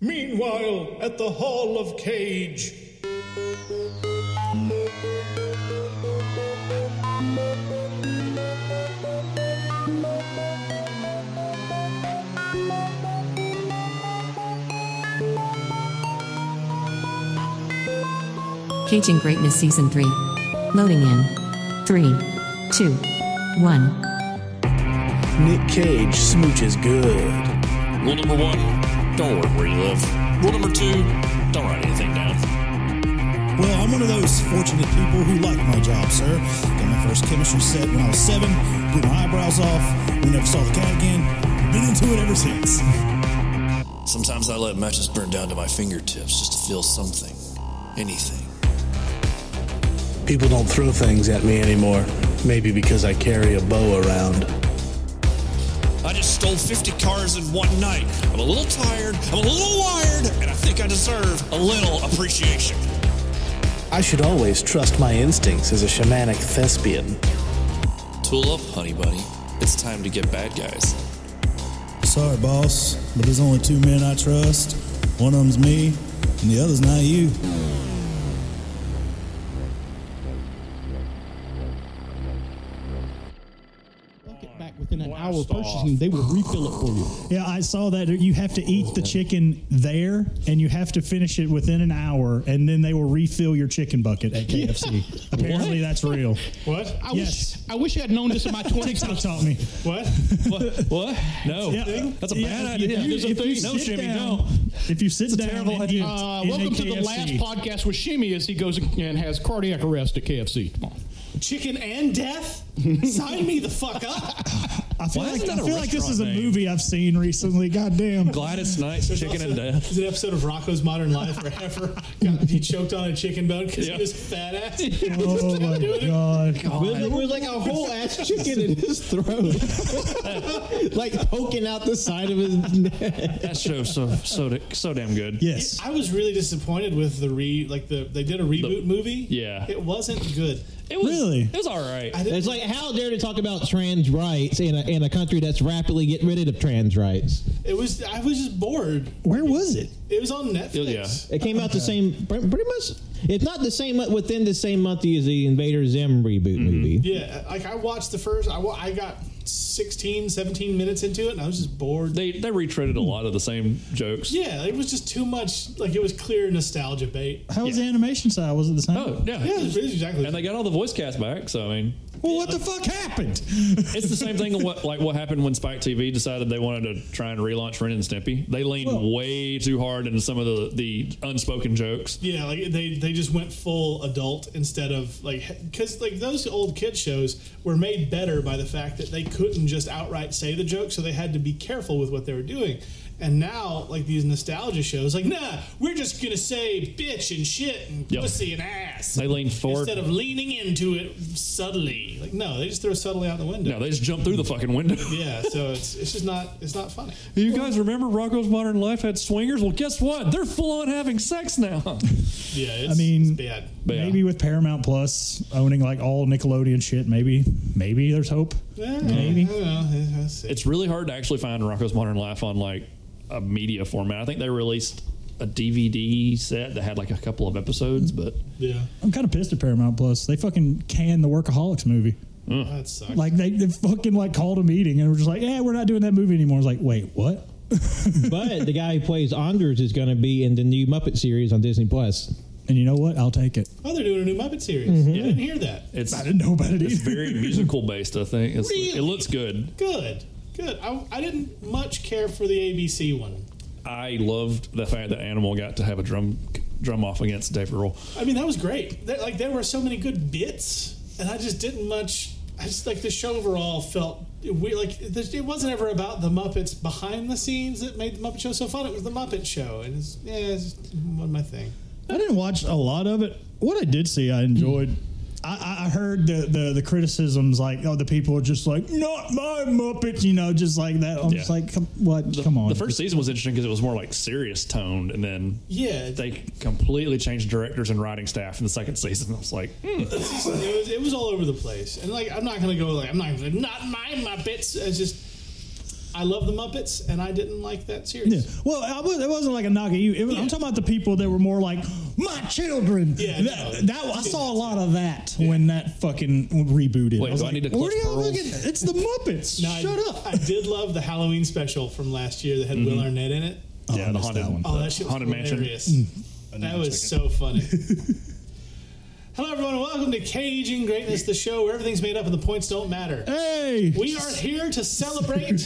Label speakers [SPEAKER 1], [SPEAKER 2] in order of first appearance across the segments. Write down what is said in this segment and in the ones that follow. [SPEAKER 1] Meanwhile, at the Hall of Cage.
[SPEAKER 2] Caging Greatness Season 3. Loading in. 3, 2, 1.
[SPEAKER 3] Nick Cage smooches good.
[SPEAKER 4] Rule number one, don't work where you live. Rule number two, don't write anything down.
[SPEAKER 5] Well, I'm one of those fortunate people who like my job, sir. Got my first chemistry set when I was seven, blew my eyebrows off, we never saw the cat again. Been into it ever since.
[SPEAKER 4] Sometimes I let matches burn down to my fingertips just to feel something, anything.
[SPEAKER 3] People don't throw things at me anymore. Maybe because I carry a bow around.
[SPEAKER 4] I just stole 50 cars in one night. I'm a little tired, I'm a little wired, and I think I deserve a little appreciation.
[SPEAKER 3] I should always trust my instincts as a shamanic thespian.
[SPEAKER 4] Tool up, honey bunny. It's time to get bad guys.
[SPEAKER 5] Sorry, boss, but there's only two men I trust. One of them's me, and the other's not you.
[SPEAKER 6] bucket back within an hour of purchasing, they will refill it for you.
[SPEAKER 7] Yeah, I saw that. You have to eat the chicken there, and you have to finish it within an hour, and then they will refill your chicken bucket at KFC. Apparently, that's real.
[SPEAKER 6] What? I
[SPEAKER 7] Yes.
[SPEAKER 6] wish I wish I had known this in my twenties.
[SPEAKER 7] TikTok taught me.
[SPEAKER 6] What?
[SPEAKER 4] What? what? No.
[SPEAKER 7] Yeah.
[SPEAKER 4] Oh, That's a
[SPEAKER 7] Yeah,
[SPEAKER 4] bad
[SPEAKER 7] if
[SPEAKER 4] idea.
[SPEAKER 7] you-
[SPEAKER 4] There's a
[SPEAKER 7] if you
[SPEAKER 4] thing. No,
[SPEAKER 7] sit
[SPEAKER 4] Jimmy,
[SPEAKER 7] down-
[SPEAKER 4] no.
[SPEAKER 7] If you sit
[SPEAKER 4] It's a
[SPEAKER 7] down
[SPEAKER 4] terrible
[SPEAKER 7] and
[SPEAKER 4] idea.
[SPEAKER 7] eat
[SPEAKER 6] Uh,
[SPEAKER 7] in a
[SPEAKER 6] welcome to the last
[SPEAKER 7] KFC.
[SPEAKER 6] podcast with Shimmy as he goes and has cardiac arrest at KFC. Come on.
[SPEAKER 8] Chicken and death? Sign me the fuck up.
[SPEAKER 7] I feel,
[SPEAKER 4] Why
[SPEAKER 7] like,
[SPEAKER 4] isn't
[SPEAKER 7] I
[SPEAKER 4] that a
[SPEAKER 7] feel like this is a
[SPEAKER 4] restaurant name?
[SPEAKER 7] movie I've seen recently. Goddamn.
[SPEAKER 4] Gladys Knight's chicken and death.
[SPEAKER 8] Is an episode of Rocco's Modern Life where Heifer got he choked on a chicken bone because
[SPEAKER 4] Yeah.
[SPEAKER 8] he was fat ass.
[SPEAKER 7] Oh my god.
[SPEAKER 8] There was like a whole ass chicken in his throat, like poking out the side of his neck.
[SPEAKER 4] That show's so so so damn good.
[SPEAKER 7] Yes.
[SPEAKER 8] I was really disappointed with the re like the they did a reboot movie.
[SPEAKER 4] Yeah.
[SPEAKER 8] it wasn't good.
[SPEAKER 4] It was,
[SPEAKER 7] Really?
[SPEAKER 4] It was all right.
[SPEAKER 8] I didn't-
[SPEAKER 9] It's like how dare to talk about trans rights in a, in a country that's rapidly getting rid of trans rights.
[SPEAKER 8] it was I was just bored.
[SPEAKER 7] Where was it? Oh,
[SPEAKER 8] It was on Netflix.
[SPEAKER 4] yeah.
[SPEAKER 9] It came out the same, pre- pretty much. It's not the same mo- within the same month as the Invader Zim reboot
[SPEAKER 4] Mm-hmm.
[SPEAKER 9] movie.
[SPEAKER 8] Yeah, like I watched the first, I, wa- I got 16, 17 minutes into it and I was just bored.
[SPEAKER 4] They they retreaded a lot of the same jokes.
[SPEAKER 8] yeah, it was just too much, like it was clear nostalgia bait.
[SPEAKER 7] How was the animation side? Was it the same?
[SPEAKER 4] Oh yeah.
[SPEAKER 8] Yeah, it's exactly.
[SPEAKER 4] And they got all the voice cast back, so I mean,
[SPEAKER 7] Well, what the fuck happened?
[SPEAKER 4] it's the same thing. What like what happened when Spike TV decided they wanted to try and relaunch Ren and Stimpy? They leaned
[SPEAKER 7] Well-
[SPEAKER 4] way too hard into some of the the unspoken jokes.
[SPEAKER 8] yeah, like they, they just went full adult instead of like, because like those old kid shows were made better by the fact that they couldn't just outright say the joke, so they had to be careful with what they were doing. And now, like these nostalgia shows, like, nah, we're just gonna say bitch and shit and
[SPEAKER 4] Yep.
[SPEAKER 8] pussy and ass.
[SPEAKER 4] They leaned forward.
[SPEAKER 8] instead of leaning into it subtly. Like no, they just throw subtly out the window.
[SPEAKER 4] No, they just jumped through the fucking window.
[SPEAKER 8] yeah, so it's it's just not it's not funny.
[SPEAKER 4] You guys remember Rocco's Modern Life had swingers? Well, guess what? They're full on having sex now.
[SPEAKER 8] Yeah, it's,
[SPEAKER 7] I mean-
[SPEAKER 8] it's bad.
[SPEAKER 4] But yeah.
[SPEAKER 7] Maybe with Paramount Plus owning like all Nickelodeon shit, maybe maybe there's hope.
[SPEAKER 8] Eh,
[SPEAKER 7] Maybe.
[SPEAKER 8] I don't know. Let's see.
[SPEAKER 4] it's really hard to actually find Rocco's Modern Life on like a media format. I think they released a DVD set that had like a couple of episodes, but
[SPEAKER 8] yeah,
[SPEAKER 7] I'm kind of pissed at Paramount Plus. They fucking canned the Workaholics movie.
[SPEAKER 8] that sucks.
[SPEAKER 7] Like they, they fucking like called a meeting and were just like, yeah, we're not doing that movie anymore. It's like, wait, what?
[SPEAKER 9] But the guy who plays Anders is going to be in the new Muppet series on Disney Plus.
[SPEAKER 7] And you know what? I'll take it.
[SPEAKER 8] oh, they're doing a new Muppet series.
[SPEAKER 7] Mm-hmm.
[SPEAKER 8] I didn't hear that.
[SPEAKER 4] it's
[SPEAKER 7] I didn't know about it
[SPEAKER 4] it's
[SPEAKER 7] either.
[SPEAKER 4] very musical based. I think it's,
[SPEAKER 8] Really?
[SPEAKER 4] it looks good.
[SPEAKER 8] Good, good. I, I didn't much care for the ABC one.
[SPEAKER 4] I loved the fact that Animal got to have a drum drum off against Dave Grohl.
[SPEAKER 8] I mean, that was great. There, like there were so many good bits, and I just didn't much. I just like the show overall felt weird. Like this- it wasn't ever about the Muppets behind the scenes that made the Muppet Show so fun. It was the Muppet Show, and it's yeah, it's just one my thing.
[SPEAKER 7] I didn't watch a lot of it. What I did see, I enjoyed. I, I- I heard the, the the criticisms like, oh, the people are just like, not my Muppets, you know, just like that. I'm just
[SPEAKER 4] Yeah.
[SPEAKER 7] like, come, what?
[SPEAKER 4] The,
[SPEAKER 7] come on.
[SPEAKER 4] The first season was interesting because it was more like serious toned, and then
[SPEAKER 8] Yeah,
[SPEAKER 4] they completely changed directors and writing staff in the second season. I was like, hmm.
[SPEAKER 8] it was it was all over the place, and like I'm not gonna go like I'm not gonna not my Muppets. It's just I love the Muppets, and I didn't like that series.
[SPEAKER 5] Yeah. Well, I was, it wasn't like a knock at you. It was, I'm
[SPEAKER 8] Yeah.
[SPEAKER 5] talking about the people that were more like my children.
[SPEAKER 8] Yeah,
[SPEAKER 5] That,
[SPEAKER 8] no,
[SPEAKER 5] that- I saw a lot of that when that fucking rebooted.
[SPEAKER 4] Wait,
[SPEAKER 5] I was
[SPEAKER 4] do I
[SPEAKER 5] like,
[SPEAKER 4] need to
[SPEAKER 5] Where
[SPEAKER 4] clutch
[SPEAKER 5] do y'all
[SPEAKER 4] pearls?"
[SPEAKER 5] looking? It's the Muppets.
[SPEAKER 8] Now, I-
[SPEAKER 5] Shut up. Mm-hmm.
[SPEAKER 8] I did love the Halloween special from last year that had Will Arnett in it.
[SPEAKER 4] yeah, the haunted one.
[SPEAKER 8] Oh, that shit was
[SPEAKER 4] haunted mansion.
[SPEAKER 8] hilarious. That was so funny. Hello, everyone, and welcome to Cajun Greatness, the show where everything's made up and the points don't matter.
[SPEAKER 5] Hey.
[SPEAKER 8] We are here to celebrate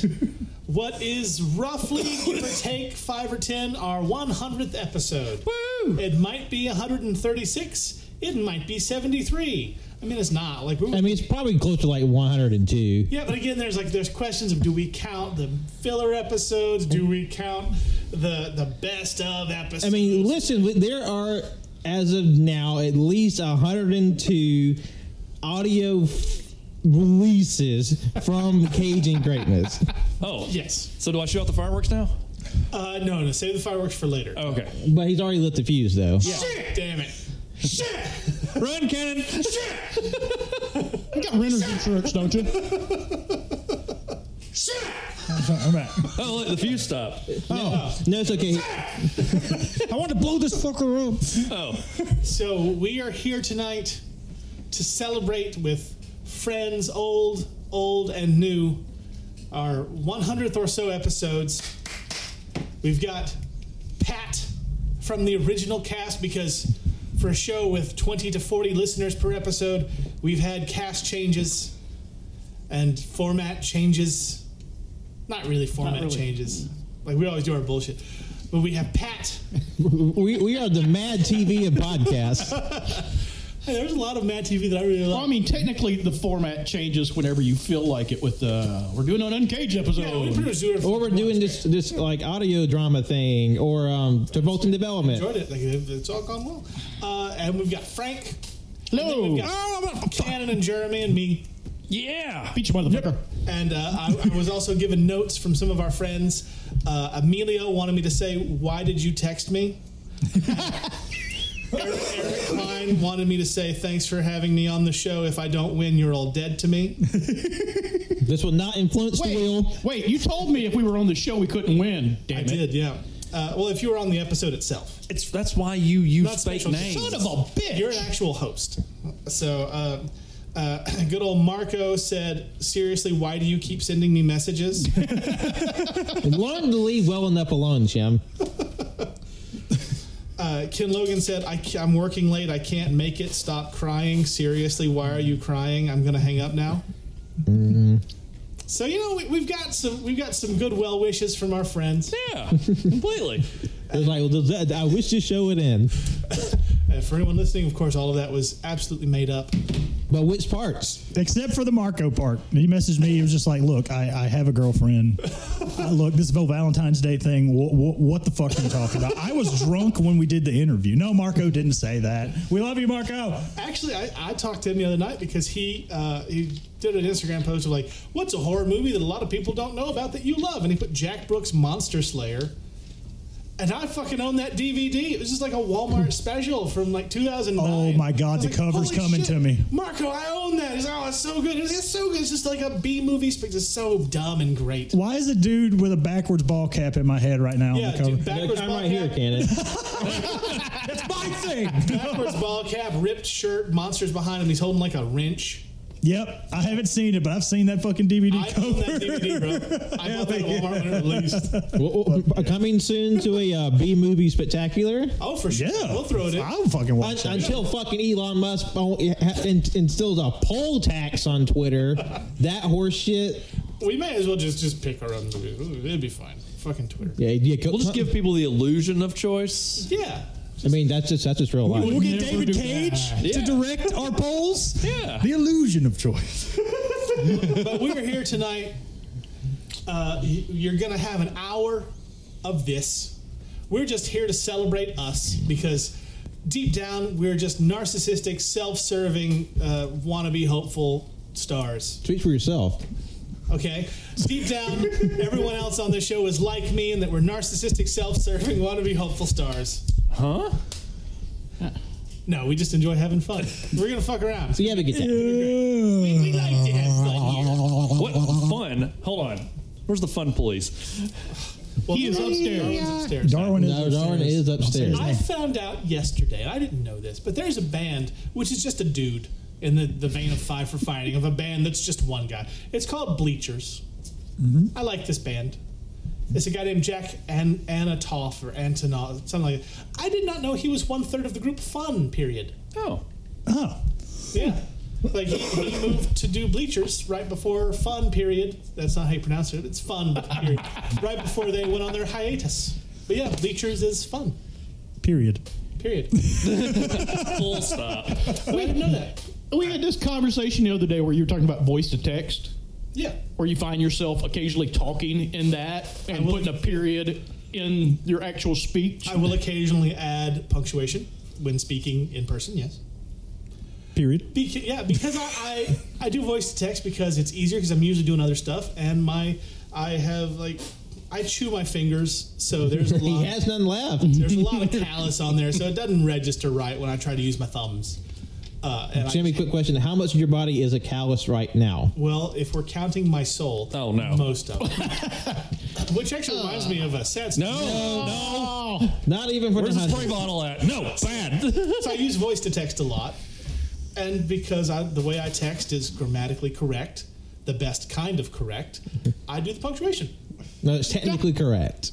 [SPEAKER 8] what is roughly, give or take, five or ten, our 100th episode. Woo! It might be 136. It might be 73. I mean, it's not like we.
[SPEAKER 7] I mean, it's probably close to like 102.
[SPEAKER 8] yeah, but again, there's like there's questions of do we count the filler episodes? Do we count the the best of episodes?
[SPEAKER 7] I mean, listen, we- there are as of now at least 102 audio f- releases from Cajun Greatness.
[SPEAKER 4] Oh,
[SPEAKER 8] yes.
[SPEAKER 4] So do I shoot out the fireworks now?
[SPEAKER 8] Uh, no, no, save the fireworks for later.
[SPEAKER 4] Oh, okay.
[SPEAKER 7] But he's already lit the fuse, though.
[SPEAKER 8] Yeah. Damn it.
[SPEAKER 4] Run, cannon.
[SPEAKER 6] You got renters insurance, don't you?
[SPEAKER 5] All right.
[SPEAKER 4] Oh, look, the fuse stopped.
[SPEAKER 7] No, it's okay.
[SPEAKER 5] I want to blow this fucker up.
[SPEAKER 4] Oh,
[SPEAKER 8] So we are here tonight to celebrate with friends, old, old, and new, our 100th or so episodes. We've got Pat from the original cast because for a show with 20 to 40 listeners per episode, we've had cast changes and format changes. Not really format changes. Like we always do our bullshit. But we have Pat
[SPEAKER 7] We, we are the Mad TV of podcasts.
[SPEAKER 8] Hey, there's a lot of Mad TV that I really
[SPEAKER 6] Well, I
[SPEAKER 8] like.
[SPEAKER 6] mean, technically, the format changes whenever you feel like it. With uh, we're doing an uncaged episode.
[SPEAKER 8] Yeah, we pretty much do it.
[SPEAKER 7] Or we're doing this this like audio drama thing, or um, Travolta Development.
[SPEAKER 8] Enjoyed it. Like, it- it's all gone well. Uh, and we've got Frank.
[SPEAKER 6] Hello.
[SPEAKER 8] And then we've
[SPEAKER 4] Oh,
[SPEAKER 8] got Cannon and Jeremy and me.
[SPEAKER 4] yeah.
[SPEAKER 6] Beat you, motherfucker.
[SPEAKER 8] And uh, I, I was also given notes from some of our friends. Uh, Emilio wanted me to say, "Why did you text me?" Eric, Eric Klein wanted me to say, "Thanks for having me on the show. If I don't win, you're all dead to me."
[SPEAKER 7] This will not influence the
[SPEAKER 6] Wait,
[SPEAKER 7] wheel.
[SPEAKER 6] wait, you told me if we were on the show we couldn't win. Damn
[SPEAKER 8] I
[SPEAKER 6] it.
[SPEAKER 8] did, yeah. Uh, well, if you were on the episode itself,
[SPEAKER 4] It's that's why you use
[SPEAKER 8] Not
[SPEAKER 4] fake
[SPEAKER 8] special.
[SPEAKER 4] names.
[SPEAKER 8] Son
[SPEAKER 6] Son of a bitch.
[SPEAKER 8] You're an actual host. So, uh, uh, good old Marco said, seriously, why do you keep sending me messages?
[SPEAKER 7] Learn to leave well enough alone, Jim.
[SPEAKER 8] Uh, Ken Logan said, I, ca- I'm working late. I can't make it. Stop crying. Seriously, why are you crying? I'm going to hang up now. So you know we, we've got some we've got some good well wishes from our friends.
[SPEAKER 4] yeah, completely.
[SPEAKER 7] It was like, well, does that- I wish this show would end.
[SPEAKER 8] Uh, for anyone listening, of course, all of that was absolutely made up.
[SPEAKER 7] But which parts?
[SPEAKER 5] Except for the Marco part. He messaged me. He was just like, look, I, I have a girlfriend. Uh, look, this whole Valentine's Day thing, wh- wh- what the fuck are you talking about? I was drunk when we did the interview. No, Marco didn't say that. We love you, Marco.
[SPEAKER 8] Actually, I, I talked to him the other night because he uh, he did an Instagram post of like, "What's a horror movie that a lot of people don't know about that you love?" And he put Jack Brooks' Monster Slayer, and I fucking own that DVD. It was just like a Walmart special from like 2009.
[SPEAKER 5] Oh my God,
[SPEAKER 8] I was
[SPEAKER 5] the
[SPEAKER 8] "Holy
[SPEAKER 5] cover's coming to me."
[SPEAKER 8] Marco. I own that. He's like, "Oh, it's so good. It's, it's so good. It's just like a B movie, but it's so dumb and great."
[SPEAKER 5] Why is a dude with a backwards ball cap in my head right now
[SPEAKER 8] Yeah,
[SPEAKER 5] on the cover?
[SPEAKER 8] dude, backwards
[SPEAKER 7] I'm
[SPEAKER 8] ball
[SPEAKER 7] right here,
[SPEAKER 8] cap,
[SPEAKER 7] Cannon.
[SPEAKER 5] That's my thing.
[SPEAKER 8] backwards ball cap, ripped shirt, monsters behind him. He's holding like a wrench.
[SPEAKER 5] yep, I haven't seen it, but I've seen that fucking DVD
[SPEAKER 8] I
[SPEAKER 5] cover.
[SPEAKER 8] own that DVD, bro. I bought that at Walmart when it released.
[SPEAKER 7] Well, well, coming soon to a uh, B movie spectacular.
[SPEAKER 8] Oh, for sure.
[SPEAKER 5] Yeah,
[SPEAKER 8] We'll throw it in.
[SPEAKER 5] I'll fucking
[SPEAKER 7] Un-
[SPEAKER 5] watch it.
[SPEAKER 7] until fucking Elon Musk won't- ha- in- instills a poll tax on Twitter, that horse shit.
[SPEAKER 8] We may as well just just pick our own movies. It'd be fine. Fucking Twitter.
[SPEAKER 7] Yeah, yeah co-
[SPEAKER 4] We'll just give people the illusion of choice.
[SPEAKER 8] Yeah.
[SPEAKER 7] I mean, that's just that's just real life.
[SPEAKER 5] We'll get
[SPEAKER 6] Never
[SPEAKER 5] David
[SPEAKER 6] do
[SPEAKER 5] Cage
[SPEAKER 6] that.
[SPEAKER 5] to direct our polls.
[SPEAKER 4] Yeah.
[SPEAKER 5] The illusion of choice.
[SPEAKER 8] But we are here tonight. Uh, y- you're going to have an hour of this. We're just here to celebrate us because deep down, we're just narcissistic, self serving, uh, wannabe hopeful stars.
[SPEAKER 7] Speak for yourself.
[SPEAKER 8] Okay? Deep down, everyone else on this show is like me and that we're narcissistic, self serving, wannabe hopeful stars.
[SPEAKER 4] Huh?
[SPEAKER 8] No, we just enjoy having fun. We're going to fuck around.
[SPEAKER 7] So you have a good day.
[SPEAKER 8] We like to have fun here.
[SPEAKER 4] What fun? Hold on. Where's the fun police?
[SPEAKER 8] Well,
[SPEAKER 6] He is upstairs.
[SPEAKER 8] Darwin's upstairs.
[SPEAKER 5] Darwin is
[SPEAKER 7] No,
[SPEAKER 5] upstairs.
[SPEAKER 7] Darwin is
[SPEAKER 5] Don't say his
[SPEAKER 7] upstairs.
[SPEAKER 8] I
[SPEAKER 5] name.
[SPEAKER 8] found out yesterday. I didn't know this, but there's a band which is just a dude in the, the vein of Five for Fighting of a band that's just one guy. It's called Bleachers. I like this band. It's a guy named Jack An- Anatoff or Antonov, something like that. I did not know he was one third of the group Fun. Period.
[SPEAKER 4] Oh,
[SPEAKER 5] Oh,
[SPEAKER 8] Yeah. Like he, he moved to do bleachers right before fun period. That's not how you pronounce it. It's fun but period. right before they went on their hiatus. But yeah, bleachers is fun.
[SPEAKER 5] period.
[SPEAKER 8] Period.
[SPEAKER 4] full stop.
[SPEAKER 8] I didn't know that.
[SPEAKER 6] We had this conversation the other day where you were talking about voice to text,
[SPEAKER 8] Yeah.
[SPEAKER 6] where you find yourself occasionally talking in that and putting a period in your actual speech.
[SPEAKER 8] I will occasionally add punctuation when speaking in person. Yes.
[SPEAKER 5] Period.
[SPEAKER 8] Beca- yeah, because I, I I do voice to text because it's easier because I'm usually doing other stuff and my I have like I chew my fingers so there's a lot.
[SPEAKER 7] He has none left.
[SPEAKER 8] There's a lot of callus on there, so it doesn't register right when I try to use my thumbs. Uh, and I-
[SPEAKER 7] Jimmy, quick question: How much of your body is a callus right now?
[SPEAKER 8] well, if we're counting my soul,
[SPEAKER 4] Oh, no.
[SPEAKER 8] most of it. Which actually reminds me of a sad
[SPEAKER 4] No, no.
[SPEAKER 7] Not even for
[SPEAKER 4] Where's
[SPEAKER 7] the
[SPEAKER 4] the spray
[SPEAKER 7] hundred.
[SPEAKER 4] bottle at? No, bad.
[SPEAKER 8] So I use voice to text a lot, and because I, the way I text is grammatically correct, the best kind of correct, I do the punctuation.
[SPEAKER 7] No, it's technically correct.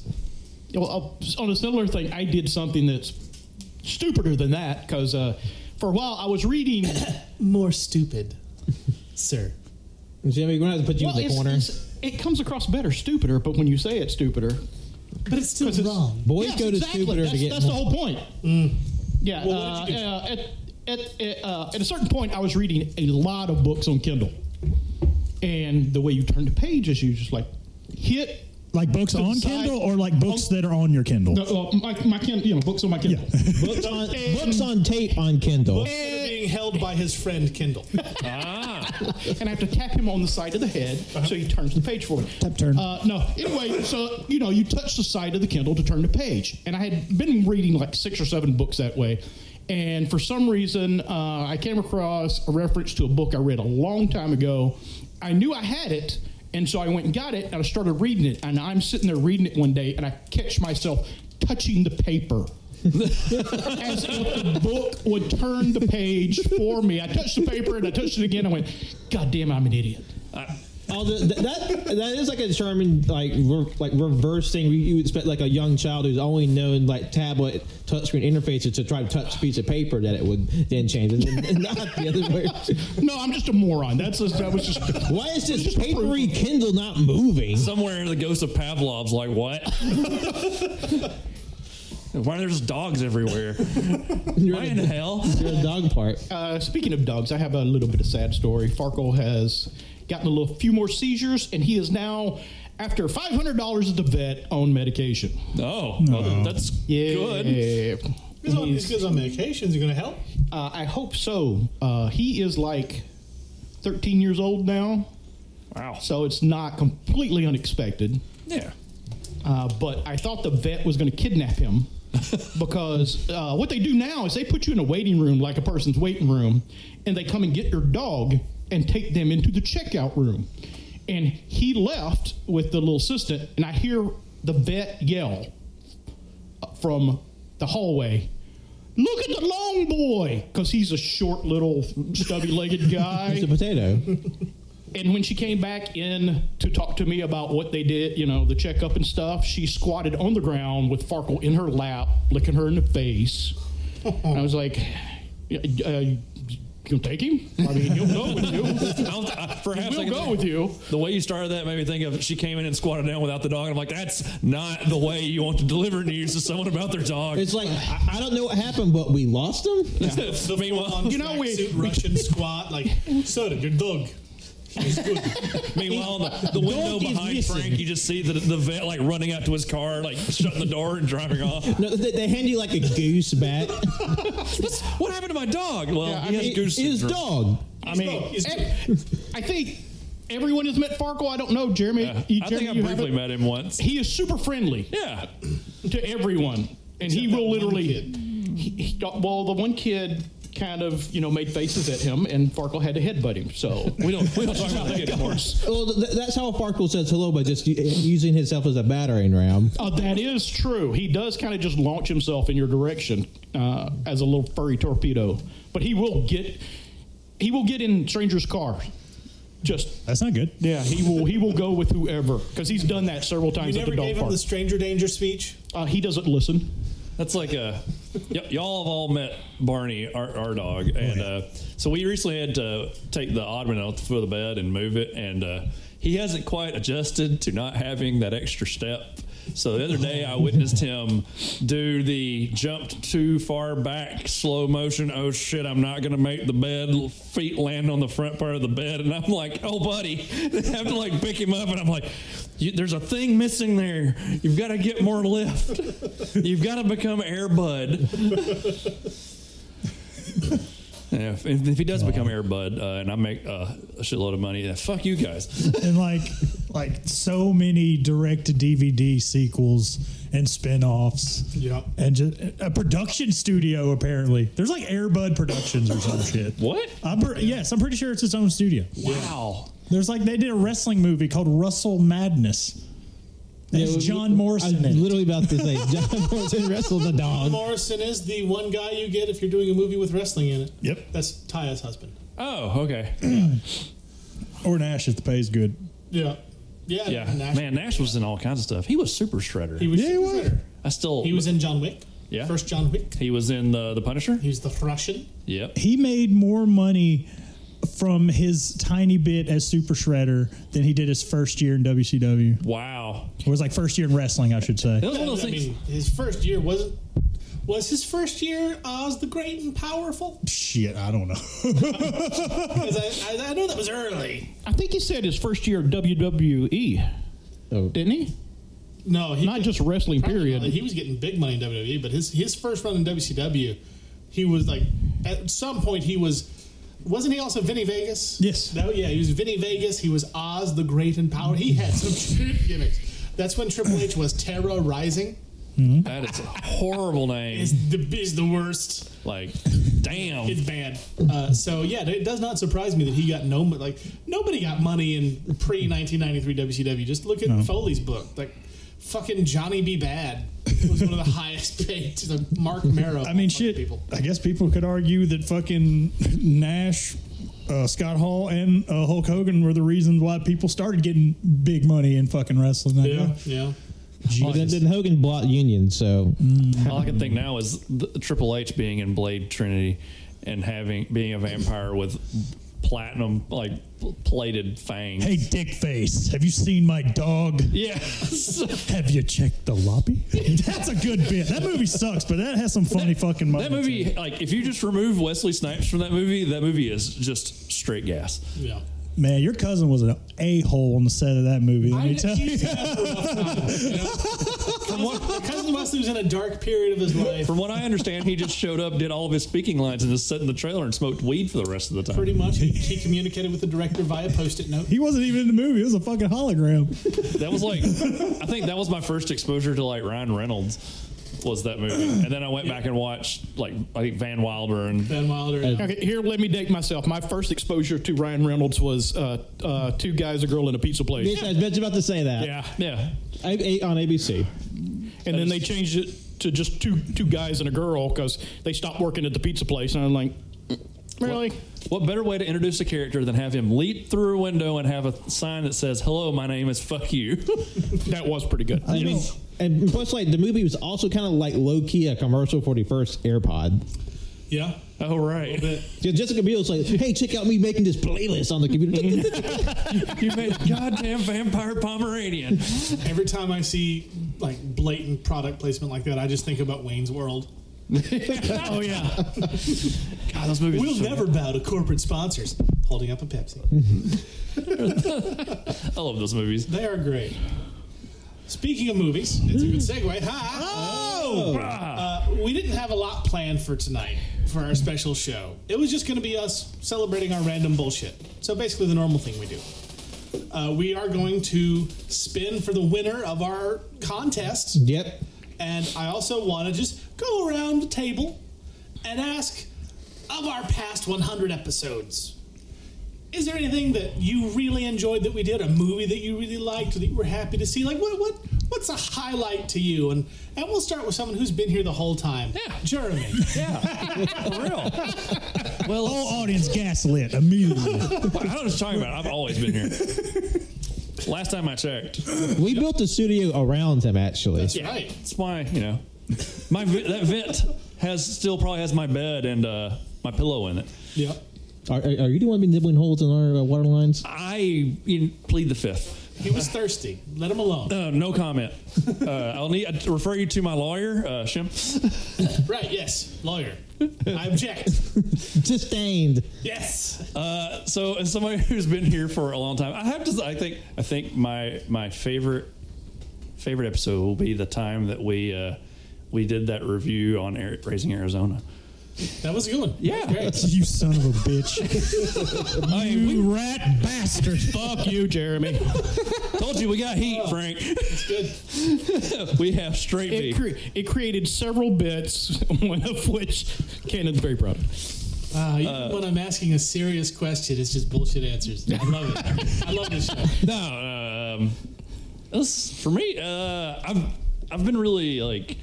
[SPEAKER 6] Well, uh, on a similar thing, I did something that's stupider than that because uh, for a while I was reading.
[SPEAKER 8] More stupid, sir.
[SPEAKER 7] Jimmy, we're gonna have to put you
[SPEAKER 6] well,
[SPEAKER 7] in the
[SPEAKER 6] it's-
[SPEAKER 7] corner.
[SPEAKER 6] it's- it comes across better stupider, but when you say it stupider,
[SPEAKER 8] But it's still wrong.
[SPEAKER 7] Boys
[SPEAKER 6] Yes,
[SPEAKER 7] go to
[SPEAKER 6] exactly.
[SPEAKER 7] stupider
[SPEAKER 6] that's,
[SPEAKER 7] to get
[SPEAKER 6] That's
[SPEAKER 7] more.
[SPEAKER 6] the whole point. Yeah.
[SPEAKER 8] Mm. Well, what did you do?
[SPEAKER 6] uh, uh, at, at, at, uh, at a certain point, I was reading a lot of books on Kindle, and the way you turn the pages, you just like hit.
[SPEAKER 5] Like books
[SPEAKER 6] To the
[SPEAKER 5] on
[SPEAKER 6] side.
[SPEAKER 5] Kindle or like books that are on your Kindle?
[SPEAKER 6] The, uh, my, my Kindle, you know, books on my Kindle.
[SPEAKER 7] books, on, books on tape on Kindle.
[SPEAKER 8] Instead of being held by his friend Kindle.
[SPEAKER 6] and I have to tap him on the side of the head so he turns the page for me.
[SPEAKER 5] Tap turn.
[SPEAKER 6] Uh, no, anyway, so you know, you touch the side of the Kindle to turn the page, and I had been reading like six or seven books that way, and for some reason, uh, I came across a reference to a book I read a long time ago. I knew I had it. And so I went and got it, and I started reading it. And I'm sitting there reading it one day, and I catch myself touching the paper as if the book would turn the page for me. I touched the paper and I touched it again. I went, God damn, I'm an idiot.
[SPEAKER 7] Although th- that that is like a charming like re- like reverse thing you- you expect like a young child who's only known like tablet touchscreen interfaces to try to touch a piece of paper that it would then change and, and not the other way.
[SPEAKER 6] No, I'm just a moron. That's just, that was just.
[SPEAKER 7] Why is this papery Kindle not moving?
[SPEAKER 4] Somewhere the ghost of Pavlov's like, what? Why are there just dogs everywhere? Why in hell?
[SPEAKER 7] Your dog part.
[SPEAKER 6] Uh, speaking of dogs, I have a little bit of sad story. Farkle has gotten a little few more seizures, and he is now after $500 at the vet on medication.
[SPEAKER 4] Oh, well, that's good.
[SPEAKER 6] Good.
[SPEAKER 8] He's on, he's good on medications. You're going to help?
[SPEAKER 6] Uh, I hope so. Uh, he is like 13 years old now,
[SPEAKER 4] Wow.
[SPEAKER 6] so it's not completely unexpected.
[SPEAKER 4] Yeah.
[SPEAKER 6] Uh, but I thought the vet was going to kidnap him because uh, what they do now is they put you in a waiting room, like a person's waiting room, and they come and get your dog and take them into the checkout room. And he left with the little assistant, and I hear the vet yell uh, from the hallway. Look at the long boy, because he's a short, little, stubby-legged guy.
[SPEAKER 7] It's a potato.
[SPEAKER 6] And when she came back in to talk to me about what they did, you know, the checkup and stuff, she squatted on the ground with Farkle in her lap, licking her in the face. And I was like, "Y- uh, "You gonna take him? I mean, he'll go with
[SPEAKER 4] I
[SPEAKER 6] you.
[SPEAKER 4] don't- I- for a half
[SPEAKER 6] We'll
[SPEAKER 4] second
[SPEAKER 6] go
[SPEAKER 4] there,
[SPEAKER 6] with you."
[SPEAKER 4] The way you started that made me think of she came in and squatted down without the dog. And I'm like, that's not the way you want to deliver news to someone about their dog.
[SPEAKER 7] It's like I, I don't know what happened, but we lost him.
[SPEAKER 8] The
[SPEAKER 4] meanwhile,
[SPEAKER 8] full-on
[SPEAKER 6] You know, we-
[SPEAKER 8] tracksuit Russian squat. Like, sir, your dog. He's good.
[SPEAKER 4] meanwhile, the, the window
[SPEAKER 7] Donkey's
[SPEAKER 4] behind
[SPEAKER 7] missing.
[SPEAKER 4] Frank, you just see the, the vet like running out to his car, like shutting the door and driving off.
[SPEAKER 7] No, they, they hand you like a goose back.
[SPEAKER 4] What's, what happened to my dog? Well,
[SPEAKER 6] Yeah, I
[SPEAKER 4] he has
[SPEAKER 6] mean,
[SPEAKER 4] goose
[SPEAKER 7] His
[SPEAKER 4] syndrome.
[SPEAKER 7] dog.
[SPEAKER 6] I mean,
[SPEAKER 8] He's good.
[SPEAKER 6] ev- I think everyone has met Farkle. I don't know, Jeremy.
[SPEAKER 4] Yeah.
[SPEAKER 6] You-
[SPEAKER 4] I
[SPEAKER 6] Jeremy,
[SPEAKER 4] think I
[SPEAKER 6] you
[SPEAKER 4] briefly
[SPEAKER 6] haven't?
[SPEAKER 4] met him once.
[SPEAKER 6] He is super friendly.
[SPEAKER 4] Yeah.
[SPEAKER 6] to everyone, and he
[SPEAKER 8] Except that
[SPEAKER 6] will
[SPEAKER 8] one
[SPEAKER 6] literally.
[SPEAKER 8] kid.
[SPEAKER 6] He, he- well, the one kid kind of, you know, made faces at him, and Farkle had to headbutt him. So we don't we don't talk about that anymore.
[SPEAKER 7] Well, th- that's how Farkle says hello by just u- using himself as a battering ram.
[SPEAKER 6] Uh, that is true. He does kind of just launch himself in your direction uh, as a little furry torpedo, but he will get he will get in strangers' cars. Just
[SPEAKER 5] That's not good.
[SPEAKER 6] yeah, he will he will go with whoever because he's done that several
[SPEAKER 8] You
[SPEAKER 6] times at
[SPEAKER 8] never
[SPEAKER 6] the dog
[SPEAKER 8] gave him
[SPEAKER 6] park.
[SPEAKER 8] the stranger danger speech.
[SPEAKER 6] uh, he doesn't listen.
[SPEAKER 4] That's like a y- y'all have all met Barney, our, our dog, and uh, so we recently had to take the ottoman out the foot of the bed and move it, and uh, he hasn't quite adjusted to not having that extra step. So the other day, I witnessed him do the jumped too far back slow motion. Oh shit! I'm not gonna make the bed. Feet land on the front part of the bed, and I'm like, "Oh, buddy!" I have to like pick him up, and I'm like, you, "There's a thing missing there. You've got to get more lift. You've got to become Air Bud." Yeah, if, if he does become Air Bud, uh, and I make uh, a shitload of money, then fuck you guys.
[SPEAKER 5] and like like so many direct to DVD sequels and spin-offs.
[SPEAKER 8] Yep.
[SPEAKER 5] And just a production studio apparently. There's like Airbud Productions or some shit.
[SPEAKER 4] What?
[SPEAKER 5] I'm per- yes, I'm pretty sure it's its own studio.
[SPEAKER 4] Wow.
[SPEAKER 5] There's like they did a wrestling movie called Russell Madness. There's
[SPEAKER 7] Yeah, we-
[SPEAKER 5] John Morrison.
[SPEAKER 7] I
[SPEAKER 5] in
[SPEAKER 7] was
[SPEAKER 5] it.
[SPEAKER 7] literally about to say John Morrison wrestled the dog.
[SPEAKER 8] Morrison is the one guy you get if you're doing a movie with wrestling in it.
[SPEAKER 5] Yep.
[SPEAKER 8] That's Taya's husband.
[SPEAKER 4] Oh, okay.
[SPEAKER 5] Or Nash if the pay's good.
[SPEAKER 8] Yeah. Yeah.
[SPEAKER 4] Yeah,
[SPEAKER 8] Nash-
[SPEAKER 4] man, Nash was in all kinds of stuff. He was super shredder.
[SPEAKER 8] He was,
[SPEAKER 5] Yeah, he was.
[SPEAKER 4] I still
[SPEAKER 8] he was in John Wick.
[SPEAKER 4] Yeah.
[SPEAKER 8] First John Wick.
[SPEAKER 4] He was in the the Punisher.
[SPEAKER 8] He was the Russian.
[SPEAKER 4] Yep.
[SPEAKER 5] He made more money from his tiny bit as Super Shredder than he did his first year in WCW.
[SPEAKER 4] Wow.
[SPEAKER 5] Or was like first year in wrestling, I should say.
[SPEAKER 4] That was one of those
[SPEAKER 8] I
[SPEAKER 4] things.
[SPEAKER 8] mean, his first year wasn't. Was his first year Oz the Great and Powerful?
[SPEAKER 5] Shit, I don't know.
[SPEAKER 8] 'Cause I, I, I know that was early.
[SPEAKER 6] I think he said his first year of WWE,
[SPEAKER 7] Oh.
[SPEAKER 6] didn't he?
[SPEAKER 8] No, he
[SPEAKER 6] Not just wrestling,
[SPEAKER 8] Probably
[SPEAKER 6] period.
[SPEAKER 8] not. He was getting big money in WWE, but his his first run in WCW, he was like at some point he was wasn't he also Vinny Vegas?
[SPEAKER 5] Yes.
[SPEAKER 8] No, yeah, he was Vinny Vegas. He was Oz the Great and Power. He had some shit gimmicks. That's when Triple H was Terra Rising.
[SPEAKER 4] That is a horrible name.
[SPEAKER 8] Is the is the worst.
[SPEAKER 4] Like, damn.
[SPEAKER 8] It's bad. Uh, so yeah, it does not surprise me that he got no mo- like nobody got money in pre nineteen ninety three WCW. Just look at Foley's book. Like fucking Johnny B. Bad was one of the highest paid. To the Mark Merrow.
[SPEAKER 5] I
[SPEAKER 8] fucking
[SPEAKER 5] mean, shit.
[SPEAKER 8] People.
[SPEAKER 5] I guess people could argue that fucking Nash, uh, Scott Hall, and uh, Hulk Hogan were the reasons why people started getting big money in fucking wrestling. I
[SPEAKER 8] Yeah,
[SPEAKER 5] know.
[SPEAKER 8] yeah.
[SPEAKER 7] But then, then Hogan bought Union, so
[SPEAKER 5] Mm.
[SPEAKER 4] All I can think now is the, Triple H being in Blade Trinity and having being a vampire with platinum like plated fangs.
[SPEAKER 5] Hey, dick face, have you seen my dog?
[SPEAKER 4] Yeah.
[SPEAKER 5] Have you checked the lobby? That's a good bit. That movie sucks, but that has some funny fucking moments.
[SPEAKER 4] that movie, like, if you just remove Wesley Snipes from that movie, that movie is just straight gas.
[SPEAKER 8] Yeah.
[SPEAKER 5] Man, your cousin was an a hole on the set of that movie. Let me tell you.
[SPEAKER 8] From what cousin Wesley was in a dark period of his life.
[SPEAKER 4] From what I understand, he just showed up, did all of his speaking lines, and just sat in the trailer and smoked weed for the rest of the time.
[SPEAKER 8] Pretty much, he, he communicated with the director via post-it note.
[SPEAKER 5] He wasn't even in the movie. It was a fucking hologram.
[SPEAKER 4] That was like, I think that was my first exposure to like Ryan Reynolds was that movie, and then I went back and watched like I think Van Wilder and
[SPEAKER 8] Ben Wilder. and-
[SPEAKER 6] Okay, here, let me date myself. My first exposure to Ryan Reynolds was uh, uh, two guys, a girl, in a pizza place.
[SPEAKER 7] Bitch, I was just about to say that.
[SPEAKER 6] Yeah,
[SPEAKER 4] yeah.
[SPEAKER 7] I, I, on ABC.
[SPEAKER 6] and then they changed it to just two two guys and a girl because they stopped working at the pizza place. And I'm like, really?
[SPEAKER 4] What better way to introduce a character than have him leap through a window and have a sign that says, "Hello, my name is fuck you."
[SPEAKER 6] That was pretty good.
[SPEAKER 7] I mean, and plus, like the movie was also kind of like low key a commercial for the first AirPod.
[SPEAKER 8] Yeah.
[SPEAKER 4] oh right,
[SPEAKER 7] Yeah, Jessica Biel's like, hey, check out me making this playlist on the computer.
[SPEAKER 4] you made a goddamn vampire Pomeranian.
[SPEAKER 8] Every time I see like blatant product placement like that, I just think about Wayne's World.
[SPEAKER 4] oh yeah, God, those movies. are
[SPEAKER 8] We'll
[SPEAKER 4] so
[SPEAKER 8] never bow to corporate sponsors. Holding up a Pepsi.
[SPEAKER 4] good. I love those movies.
[SPEAKER 8] They are great. Speaking of movies, it's a good segue. Hi. Oh. Uh, we didn't have a lot planned for tonight for our special show. It was just going to be us celebrating our random bullshit. So basically, the normal thing we do. Uh, we are going to spin for the winner of our contest.
[SPEAKER 7] yep.
[SPEAKER 8] And I also want to just go around the table and ask of our past 100 episodes, is there anything that you really enjoyed that we did? A movie that you really liked or that you were happy to see? Like what what what's a highlight to you? And and we'll start with someone who's been here the whole time. Yeah, Jeremy.
[SPEAKER 4] For real.
[SPEAKER 5] Well,
[SPEAKER 6] Oh,
[SPEAKER 5] whole audience gaslit immediately.
[SPEAKER 4] I don't know what you're talking about. I've always been here. Last time I checked,
[SPEAKER 7] We built the studio around him, actually.
[SPEAKER 8] That's right.
[SPEAKER 4] it's my you know my vi- that vent has still probably has my bed and uh, my pillow in it.
[SPEAKER 8] Yeah.
[SPEAKER 7] Are, are, are you the one been nibbling holes in our uh, water lines?
[SPEAKER 4] I you know, plead the fifth.
[SPEAKER 8] He was thirsty. Let him alone.
[SPEAKER 4] Uh, no comment. Uh, I'll need I'd refer you to my lawyer, uh, Shim.
[SPEAKER 8] Right, yes. Lawyer. I object.
[SPEAKER 7] Sustained.
[SPEAKER 8] Yes.
[SPEAKER 4] Uh, so, as somebody who's been here for a long time, I have to. say- I think. I think my my favorite favorite episode will be the time that we uh, we did that review on Air, raising Arizona.
[SPEAKER 8] That was a good one.
[SPEAKER 4] Yeah.
[SPEAKER 8] Great.
[SPEAKER 5] you son of a bitch.
[SPEAKER 4] I mean, we
[SPEAKER 5] You rat bastard.
[SPEAKER 6] Fuck you, Jeremy.
[SPEAKER 4] told you we got heat, Frank.
[SPEAKER 8] Good.
[SPEAKER 4] we have straight
[SPEAKER 6] It,
[SPEAKER 4] beef.
[SPEAKER 6] cre- it created several bits, one of which Cannon's very proud of.
[SPEAKER 8] Uh, even when I'm asking a serious question, it's just bullshit answers. I love it. I love this show.
[SPEAKER 4] No, um, this, for me, uh, I've I've been really like.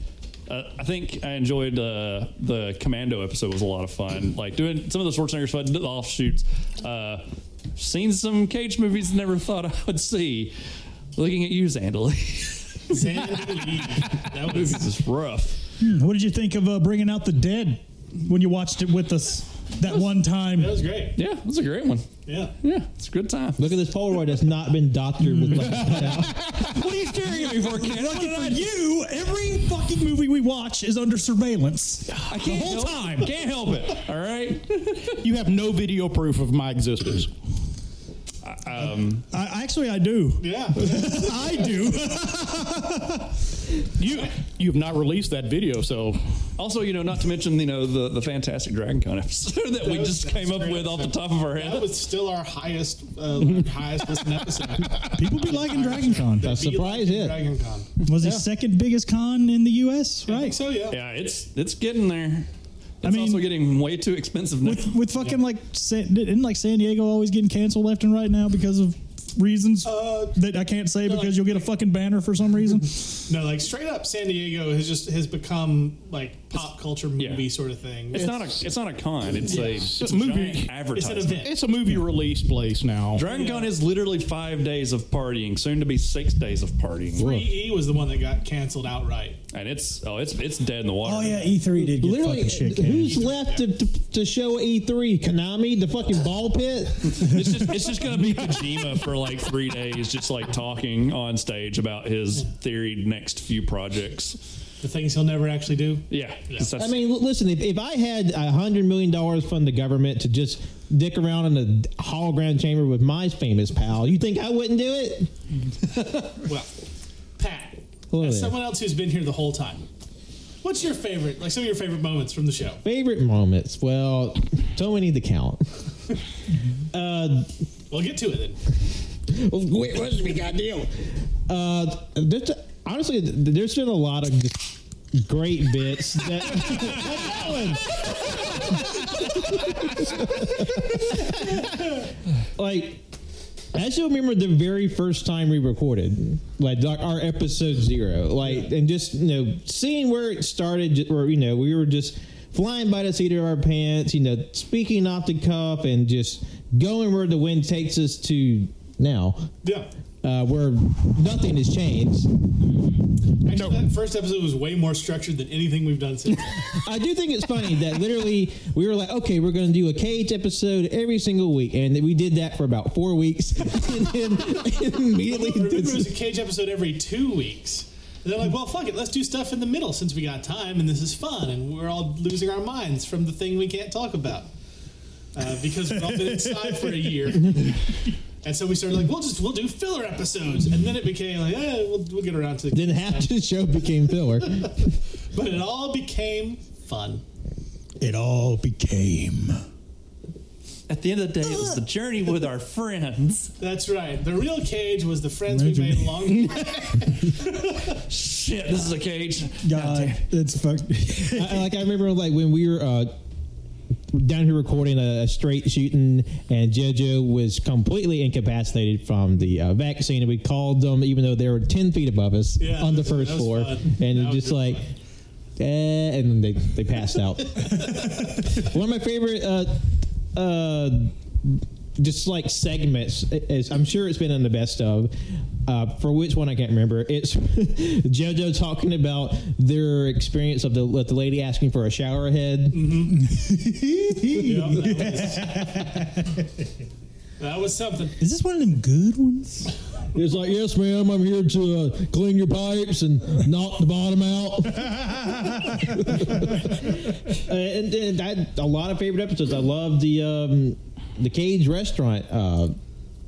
[SPEAKER 4] Uh, I think I enjoyed uh, the Commando episode. was a lot of fun. Like doing some of the Schwarzenegger stuff, the offshoots. Uh, seen some Cage movies never thought I would see. Looking at you, Zandali.
[SPEAKER 8] Xander Lee. That was
[SPEAKER 4] this is rough.
[SPEAKER 5] What did you think of uh, bringing out the dead when you watched it with us that one time?
[SPEAKER 8] that was great.
[SPEAKER 4] Yeah, that's a great one.
[SPEAKER 8] Yeah.
[SPEAKER 4] Yeah, it's a good time.
[SPEAKER 7] Look at this Polaroid that's not been doctored with like,
[SPEAKER 4] What are you staring at me for, kid? What did I do?
[SPEAKER 5] You, every fucking movie we watch is under surveillance.
[SPEAKER 4] I can't
[SPEAKER 5] The whole
[SPEAKER 4] help-
[SPEAKER 5] time.
[SPEAKER 4] Can't help it. All right.
[SPEAKER 6] You have no video proof of my existence.
[SPEAKER 5] I, actually, I do.
[SPEAKER 8] Yeah.
[SPEAKER 5] I do.
[SPEAKER 6] You you have not released that video, so
[SPEAKER 4] Also, you know, not to mention, you know, the, the fantastic Dragon Con episode that, we
[SPEAKER 8] was-
[SPEAKER 4] just
[SPEAKER 8] that
[SPEAKER 4] came
[SPEAKER 8] was
[SPEAKER 4] up
[SPEAKER 8] great
[SPEAKER 4] with off the
[SPEAKER 8] episode.
[SPEAKER 4] top of our
[SPEAKER 8] That
[SPEAKER 4] head.
[SPEAKER 8] was still our highest uh, highest listened episode.
[SPEAKER 5] People be liking Dragon Con.
[SPEAKER 7] a surprise
[SPEAKER 8] Be like
[SPEAKER 7] hit.
[SPEAKER 8] Dragon Con.
[SPEAKER 5] Was the second biggest con in the U.S.
[SPEAKER 8] I
[SPEAKER 5] Right?
[SPEAKER 8] think so, yeah.
[SPEAKER 4] yeah, it's it's getting there. It's
[SPEAKER 5] mean-
[SPEAKER 4] also getting way too expensive now.
[SPEAKER 5] With with fucking like San, didn't like San Diego always getting canceled left and right now because of reasons
[SPEAKER 4] Uh,
[SPEAKER 8] Uh,
[SPEAKER 5] that I can't say because
[SPEAKER 8] like-
[SPEAKER 5] you'll get a fucking banner for some reason.
[SPEAKER 8] No, like straight up San Diego has just has become like pop culture movie sort of thing.
[SPEAKER 4] it's not a it's not a con. It's a it's a
[SPEAKER 6] movie-
[SPEAKER 4] movie
[SPEAKER 8] it's an
[SPEAKER 4] advertisement.
[SPEAKER 8] event.
[SPEAKER 6] it's a movie release place now.
[SPEAKER 4] Dragon Con is literally five days of partying, soon to be six days of partying,
[SPEAKER 8] 3E E was the one that got canceled outright.
[SPEAKER 4] and it's oh, it's it's dead in the water.
[SPEAKER 5] Oh yeah, E3 did get
[SPEAKER 7] Literally,
[SPEAKER 5] fucking shit
[SPEAKER 7] who's left to, to, to show at E3? Konami, the fucking ball pit.
[SPEAKER 4] It's just it's just gonna be Kojima for like three days, just like talking on stage about his theory next few projects.
[SPEAKER 8] The things he'll never actually do.
[SPEAKER 4] Yeah, 'cause that's-
[SPEAKER 7] I mean, l- listen, if, if I had a hundred million dollars from the government to just dick around in a d- hologram chamber with my famous pal, you think I wouldn't do it?
[SPEAKER 8] Well, Pat,
[SPEAKER 7] Hello
[SPEAKER 8] as
[SPEAKER 7] there.
[SPEAKER 8] someone else who's been here the whole time, what's your favorite, like some of your favorite moments from the show?
[SPEAKER 7] Favorite moments? Well, so many to count. Uh,
[SPEAKER 8] We'll get to it then.
[SPEAKER 7] Wait, what's the goddamn? Uh, there's, honestly, th- there's been a lot of just great bits that. like I still remember the very first time we recorded, like the- our episode zero, like and just you know seeing where it started, ju- where you know we were just flying by the seat of our pants, you know, speaking off the cuff and just going where the wind takes us to now,
[SPEAKER 8] Yeah.
[SPEAKER 7] uh, where nothing has changed.
[SPEAKER 8] Actually, that first episode was way more structured than anything we've done since.
[SPEAKER 7] I do think it's funny that literally we were like, okay, we're going to do a cage episode every single week, and we did that for about four weeks, and then immediately.
[SPEAKER 8] Remember, it was a cage episode every two weeks. And they're like, well, fuck it, let's do stuff in the middle since we got time and this is fun and we're all losing our minds from the thing we can't talk about uh, because we've all been inside for a year. And so we started like, we'll just we'll do filler episodes, and then it became like, eh, we'll, we'll get around to the
[SPEAKER 7] Then half the show became filler.
[SPEAKER 8] But it all became fun.
[SPEAKER 5] It all became.
[SPEAKER 4] At the end of the day, it was the journey with our friends.
[SPEAKER 8] That's right. The real cage was the friends we made along.
[SPEAKER 4] Shit, this is a cage.
[SPEAKER 5] God, it's fuck.
[SPEAKER 7] I, I- like I remember, like when we were uh, down here recording a, a straight shooting, and JoJo was completely incapacitated from the uh, vaccine. And we called them, even though they were ten feet above us
[SPEAKER 8] Yeah,
[SPEAKER 7] on the
[SPEAKER 8] that
[SPEAKER 7] first
[SPEAKER 8] was
[SPEAKER 7] floor,
[SPEAKER 8] fun.
[SPEAKER 7] and
[SPEAKER 8] That
[SPEAKER 7] it
[SPEAKER 8] was
[SPEAKER 7] just
[SPEAKER 8] really
[SPEAKER 7] like. Eh, and they, they passed out. One of my favorite uh, uh, just like segments is I'm sure it's been in the best of. Uh, for which one I can't remember. It's JoJo talking about their experience of the with the lady asking for a shower head.
[SPEAKER 6] Mm-hmm.
[SPEAKER 8] Yeah, that, was, that was something.
[SPEAKER 5] Is this one of them good ones?
[SPEAKER 7] It's like, yes, ma'am, I'm here to uh, clean your pipes and knock the bottom out. Uh, and and I, had a lot of favorite episodes. I love the um, the Cage Restaurant uh,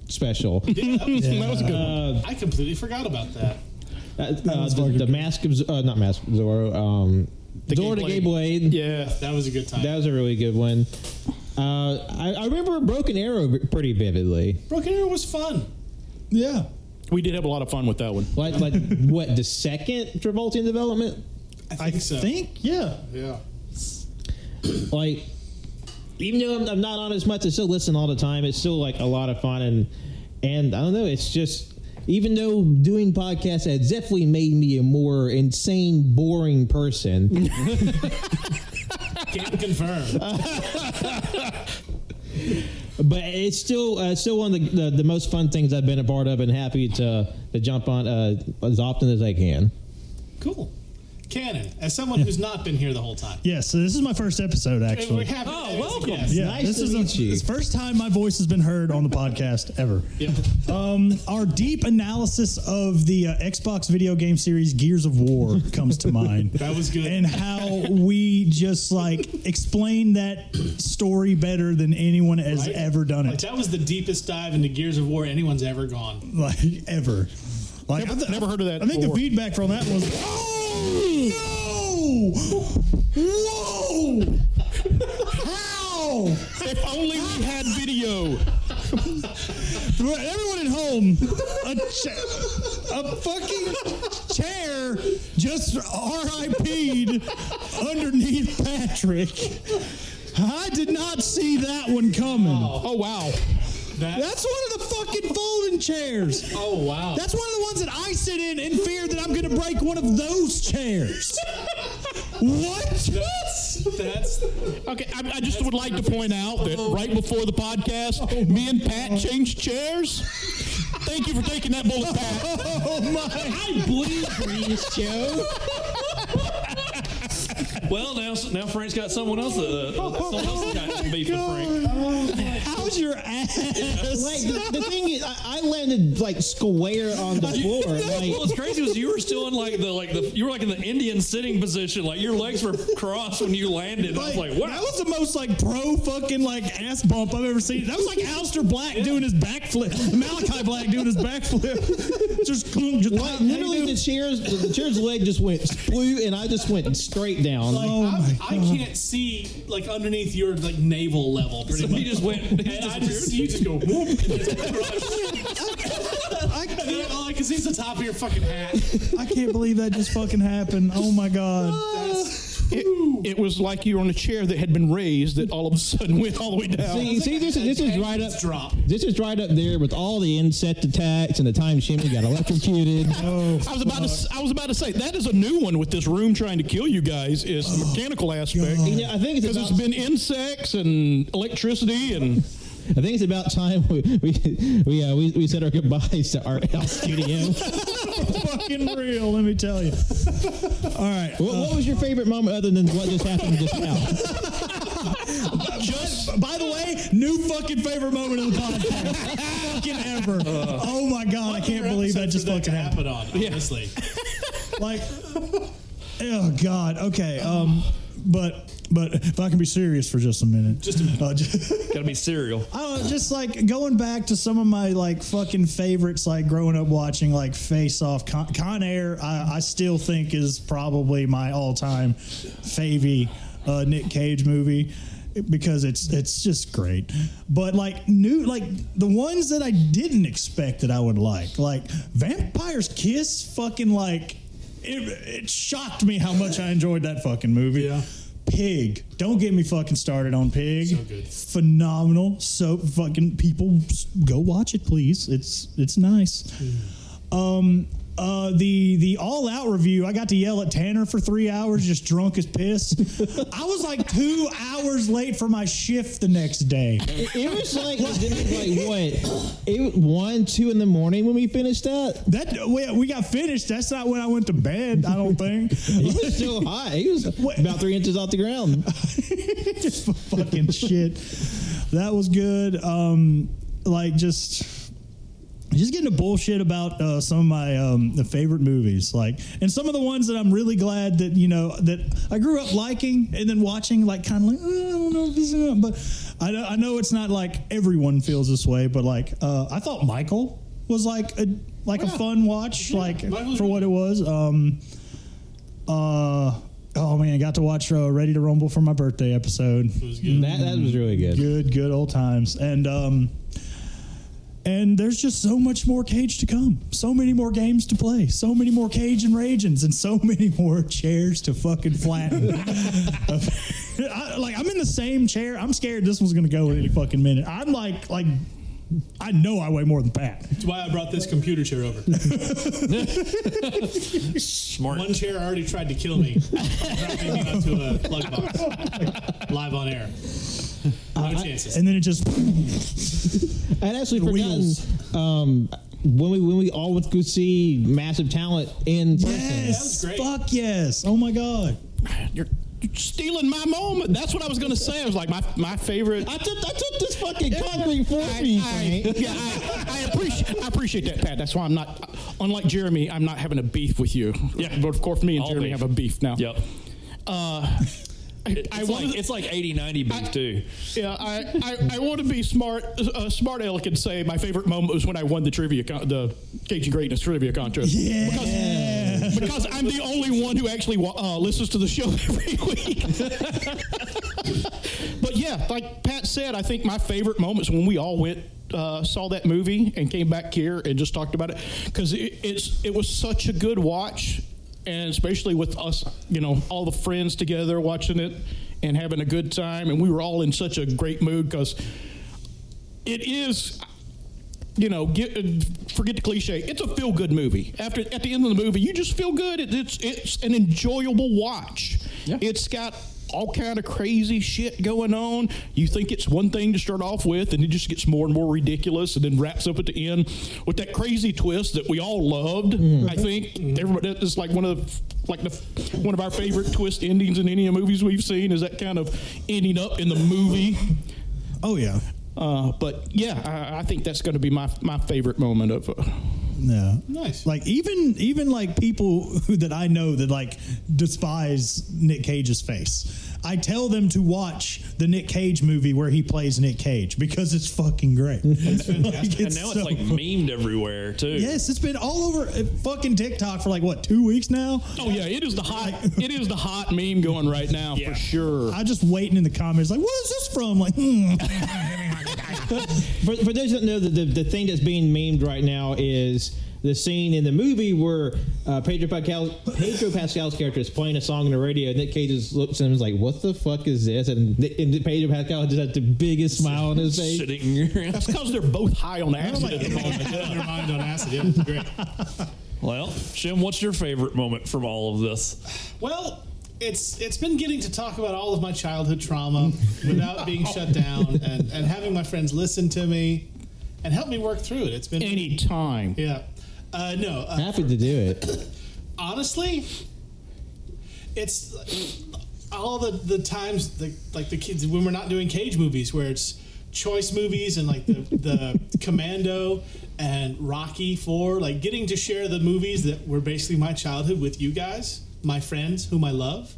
[SPEAKER 7] special.
[SPEAKER 6] That was a good one.
[SPEAKER 8] I completely forgot about that.
[SPEAKER 7] Uh, uh, the, the Mask of Z- uh, not Mask of Zorro. Um, Zorro the Gay Blade.
[SPEAKER 8] Yeah, that was a good time.
[SPEAKER 7] That was a really good one. Uh, I, I remember Broken Arrow v- pretty vividly.
[SPEAKER 8] Broken Arrow was fun.
[SPEAKER 5] Yeah.
[SPEAKER 6] We did have a lot of fun with that one.
[SPEAKER 7] Like like what the second Travolta in development?
[SPEAKER 8] I think so.
[SPEAKER 5] Think yeah.
[SPEAKER 8] Yeah.
[SPEAKER 7] like even though I'm, I'm not on as much, I still listen all the time. It's still like a lot of fun, and and I don't know. It's just even though doing podcasts has definitely made me a more insane, boring person.
[SPEAKER 8] Can't confirm.
[SPEAKER 7] but it's still uh, it's still one of the, the the most fun things I've been a part of, and happy to to jump on uh, as often as I can.
[SPEAKER 8] Cool. Cannon, as someone who's not been here the whole time.
[SPEAKER 5] Yeah, so this is my first episode
[SPEAKER 8] We're
[SPEAKER 5] actually.
[SPEAKER 8] happy-
[SPEAKER 4] Oh, welcome.
[SPEAKER 8] Yes.
[SPEAKER 5] Yeah,
[SPEAKER 7] nice
[SPEAKER 5] this
[SPEAKER 7] to
[SPEAKER 5] is the-
[SPEAKER 7] meet you.
[SPEAKER 5] it's the first time my voice has been heard on the podcast ever. Um, our deep analysis of the uh, Xbox video game series Gears of War comes to mind.
[SPEAKER 8] That was good.
[SPEAKER 5] And how we just like explain that story better than anyone has
[SPEAKER 8] Right?
[SPEAKER 5] ever done
[SPEAKER 8] Like,
[SPEAKER 5] it,
[SPEAKER 8] that was the deepest dive into Gears of War anyone's ever gone.
[SPEAKER 5] like ever. Like
[SPEAKER 6] Never-
[SPEAKER 5] I th-
[SPEAKER 6] never heard of that
[SPEAKER 5] I think
[SPEAKER 6] before.
[SPEAKER 5] the feedback from that was, oh no, whoa, how?
[SPEAKER 6] If only we had video.
[SPEAKER 5] For everyone at home, a, cha- a fucking chair just RIP'd underneath Patrick. I did not see that one coming.
[SPEAKER 6] Oh wow.
[SPEAKER 8] That,
[SPEAKER 5] That's one of the fucking folding chairs.
[SPEAKER 8] oh wow.
[SPEAKER 5] That's one of the ones that I sit in in fear that I'm going to break one of those chairs. What?
[SPEAKER 8] That's
[SPEAKER 6] Okay, I, I just would like to point out that right before the podcast,
[SPEAKER 5] Oh
[SPEAKER 6] me and Pat changed chairs. Thank you for taking that bullet, Pat.
[SPEAKER 5] Oh my.
[SPEAKER 7] I bleed for this show.
[SPEAKER 4] Well, now now Frank's got someone else. Uh, someone else got beef with Frank.
[SPEAKER 5] Oh How's your ass?
[SPEAKER 7] Like the, the thing is, I, I landed like square on the floor.
[SPEAKER 4] Well,
[SPEAKER 7] Like
[SPEAKER 4] what's crazy was you were still in like the like the you were like in the Indian sitting position. Like your legs were crossed when you landed. I was like,
[SPEAKER 5] That
[SPEAKER 4] wow.
[SPEAKER 5] was the most like pro fucking like ass bump I've ever seen. That was like Alistair Black doing his backflip, Malachi Black doing his backflip. just, clunk, just
[SPEAKER 7] Like literally, the chair's the chair's leg just went splew, and I just went straight down.
[SPEAKER 5] Oh
[SPEAKER 8] I'm-
[SPEAKER 5] my
[SPEAKER 8] I can't see like underneath your like navel level. Pretty
[SPEAKER 4] So
[SPEAKER 8] much.
[SPEAKER 4] he just went. he
[SPEAKER 8] and I
[SPEAKER 4] disappeared.
[SPEAKER 8] just you just go whoop. And just crush. And then all I can see is the top of your fucking hat.
[SPEAKER 5] I can't believe that just fucking happened. Oh my god.
[SPEAKER 6] It, it was like you were on a chair that had been raised that all of a sudden went all the way down.
[SPEAKER 7] See, see, this is this is right up.
[SPEAKER 8] Just drop.
[SPEAKER 7] This is right up there with all the insect attacks and the time Shimmy got electrocuted.
[SPEAKER 5] Oh,
[SPEAKER 6] I was about to. s- I was about to say that is a new one with this room trying to kill you guys. Is the mechanical aspect
[SPEAKER 7] You know, I think it's
[SPEAKER 6] because
[SPEAKER 7] about,
[SPEAKER 6] it's been insects and electricity and
[SPEAKER 7] I think it's about time we we we, uh, we, we said our goodbyes to our L studio.
[SPEAKER 5] fucking real, let me tell you. All right.
[SPEAKER 7] what, what was your favorite moment other than what just happened just now?
[SPEAKER 5] Just by the way, new fucking favorite moment of the podcast. fucking ever.
[SPEAKER 4] Uh,
[SPEAKER 5] oh my god, I can't believe that just fucking happened.
[SPEAKER 8] happened on. Honestly,
[SPEAKER 5] like oh god okay um but but if i can be serious for just a minute just a minute uh, just,
[SPEAKER 4] Gotta be cereal.
[SPEAKER 5] I don't know, just like going back to some of my like fucking favorites like growing up watching like face off con, con air I, I still think is probably my all-time favy uh, nick cage movie because it's it's just great but like new like the ones that i didn't expect that i would like like vampire's kiss fucking like it, it shocked me how much i enjoyed that fucking movie
[SPEAKER 8] Yeah.
[SPEAKER 5] Pig. Don't get me fucking started on Pig. So good. Phenomenal. So fucking people s- go watch it please. It's it's nice. Um uh, the the all out review. I got to yell at Tanner for three hours, just drunk as piss. I was like two hours late for my shift the next day.
[SPEAKER 7] It, it was like, it was like what? It was one, two in the morning when we finished that.
[SPEAKER 5] That we, we got finished. That's not when I went to bed. I don't think.
[SPEAKER 7] It was still hot. It was
[SPEAKER 5] What?
[SPEAKER 7] about three inches off the ground.
[SPEAKER 5] just fucking shit. That was good. Um, like just just getting to bullshit about uh, some of my um, the favorite movies, like and some of the ones that I'm really glad that you know that I grew up liking and then watching, like kind of like "Uh, I don't know if this is it," but I, know- I know it's not like everyone feels this way, but like uh, I thought Michael was like a like a fun watch, like
[SPEAKER 8] Michael's
[SPEAKER 5] for what it was. Um, uh, oh man, got to watch uh, Ready to Rumble for my birthday episode.
[SPEAKER 7] That, that was really good.
[SPEAKER 5] Good, good old times. And um, and there's just so much more cage to come. So many more games to play. So many more cage and ragins, and so many more chairs to fucking flatten. I, like I'm in the same chair. I'm scared this one's gonna go in any fucking minute. I'm like like. I know I weigh more than Pat.
[SPEAKER 8] That's why I brought this computer chair over.
[SPEAKER 4] Smart.
[SPEAKER 8] One chair already tried to kill me, dropping me onto a plug box live on air. No chances.
[SPEAKER 5] And then it just
[SPEAKER 7] I'd actually
[SPEAKER 5] The
[SPEAKER 7] forgotten
[SPEAKER 5] wheels.
[SPEAKER 7] um, when we when we all went to go see massive talent in person.
[SPEAKER 5] yes,
[SPEAKER 8] great.
[SPEAKER 5] fuck yes. Oh my god.
[SPEAKER 6] You're you're stealing my moment. That's what I was going to say. I was like, my, my favorite.
[SPEAKER 7] I took I took this fucking concrete floor for you,
[SPEAKER 6] I,
[SPEAKER 7] Frank.
[SPEAKER 6] yeah, I, I appreciate I appreciate that, Pat. That's why I'm not. Unlike Jeremy, I'm not having a beef with you.
[SPEAKER 4] Yeah.
[SPEAKER 6] but of course, me and
[SPEAKER 4] All
[SPEAKER 6] Jeremy
[SPEAKER 4] beef.
[SPEAKER 6] have a beef now.
[SPEAKER 4] Yep.
[SPEAKER 6] Uh, I,
[SPEAKER 4] It's,
[SPEAKER 6] I
[SPEAKER 4] like,
[SPEAKER 6] wanted,
[SPEAKER 4] it's like 80 90 beef,
[SPEAKER 6] I-
[SPEAKER 4] too.
[SPEAKER 6] yeah, I, I, I want to be smart. Uh, smart Alec and say my favorite moment was when I won the trivia, con- the Cajun Greatness trivia contest.
[SPEAKER 5] Yeah.
[SPEAKER 6] Because, because I'm the only one who actually wa- uh, listens to the show every week. but yeah, like Pat said, I think my favorite moments when we all went. Uh, saw that movie and came back here and just talked about it because it, it's it was such a good watch and especially with us you know all the friends together watching it and having a good time and we were all in such a great mood because it is you know get, uh, forget the cliche it's a feel good movie after at the end of the movie you just feel good it, it's it's an enjoyable watch
[SPEAKER 4] Yeah.
[SPEAKER 6] it's got all kind of crazy shit going on you think it's one thing to start off with and it just gets more and more ridiculous and then wraps up at the end with that crazy twist that we all loved i think everybody that's like one of the like the one of our favorite twist endings in any of the movies we've seen is that kind of ending up in the movie
[SPEAKER 5] Oh yeah.
[SPEAKER 6] uh, but yeah, I, I think that's going to be my my favorite moment of. Uh,
[SPEAKER 5] No.
[SPEAKER 8] Nice.
[SPEAKER 5] Like even even like people who, that I know that like despise Nick Cage's face. I tell them to watch the Nick Cage movie where he plays Nick Cage because it's fucking great. Like,
[SPEAKER 4] And now it's
[SPEAKER 5] so-
[SPEAKER 4] like memed everywhere, too.
[SPEAKER 5] Yes, it's been all over uh, fucking TikTok for like what, 2 weeks now?
[SPEAKER 6] oh yeah, it is the hot it is the hot meme going right now
[SPEAKER 4] Yeah.
[SPEAKER 6] for sure.
[SPEAKER 5] I just waiting in the comments like what is this from? Like hmm.
[SPEAKER 7] For, for those that know, the, the, the thing that's being memed right now is the scene in the movie where uh, Pedro, Pascal, Pedro Pascal's character is playing a song on the radio. Nick Cage just looks at him and is like, What the fuck is this? And, Nick- and Pedro Pascal just has the biggest smile on his face.
[SPEAKER 4] Sitting around.
[SPEAKER 6] That's because they're both high on acid at the moment.
[SPEAKER 8] Get on your mind on acid. Yeah, great.
[SPEAKER 4] Well, Jim, what's your favorite moment from all of this?
[SPEAKER 8] Well, it's it's been getting to talk about all of my childhood trauma without being shut down and, and having my friends listen to me and help me work through it. It's been
[SPEAKER 6] Any time.
[SPEAKER 8] Yeah. Uh, no. Uh,
[SPEAKER 7] Happy to do it.
[SPEAKER 8] honestly, it's all the the times the, like the kids when we're not doing cage movies where it's choice movies and like the, the commando and rocky 4 like getting to share the movies that were basically my childhood with you guys my friends whom i love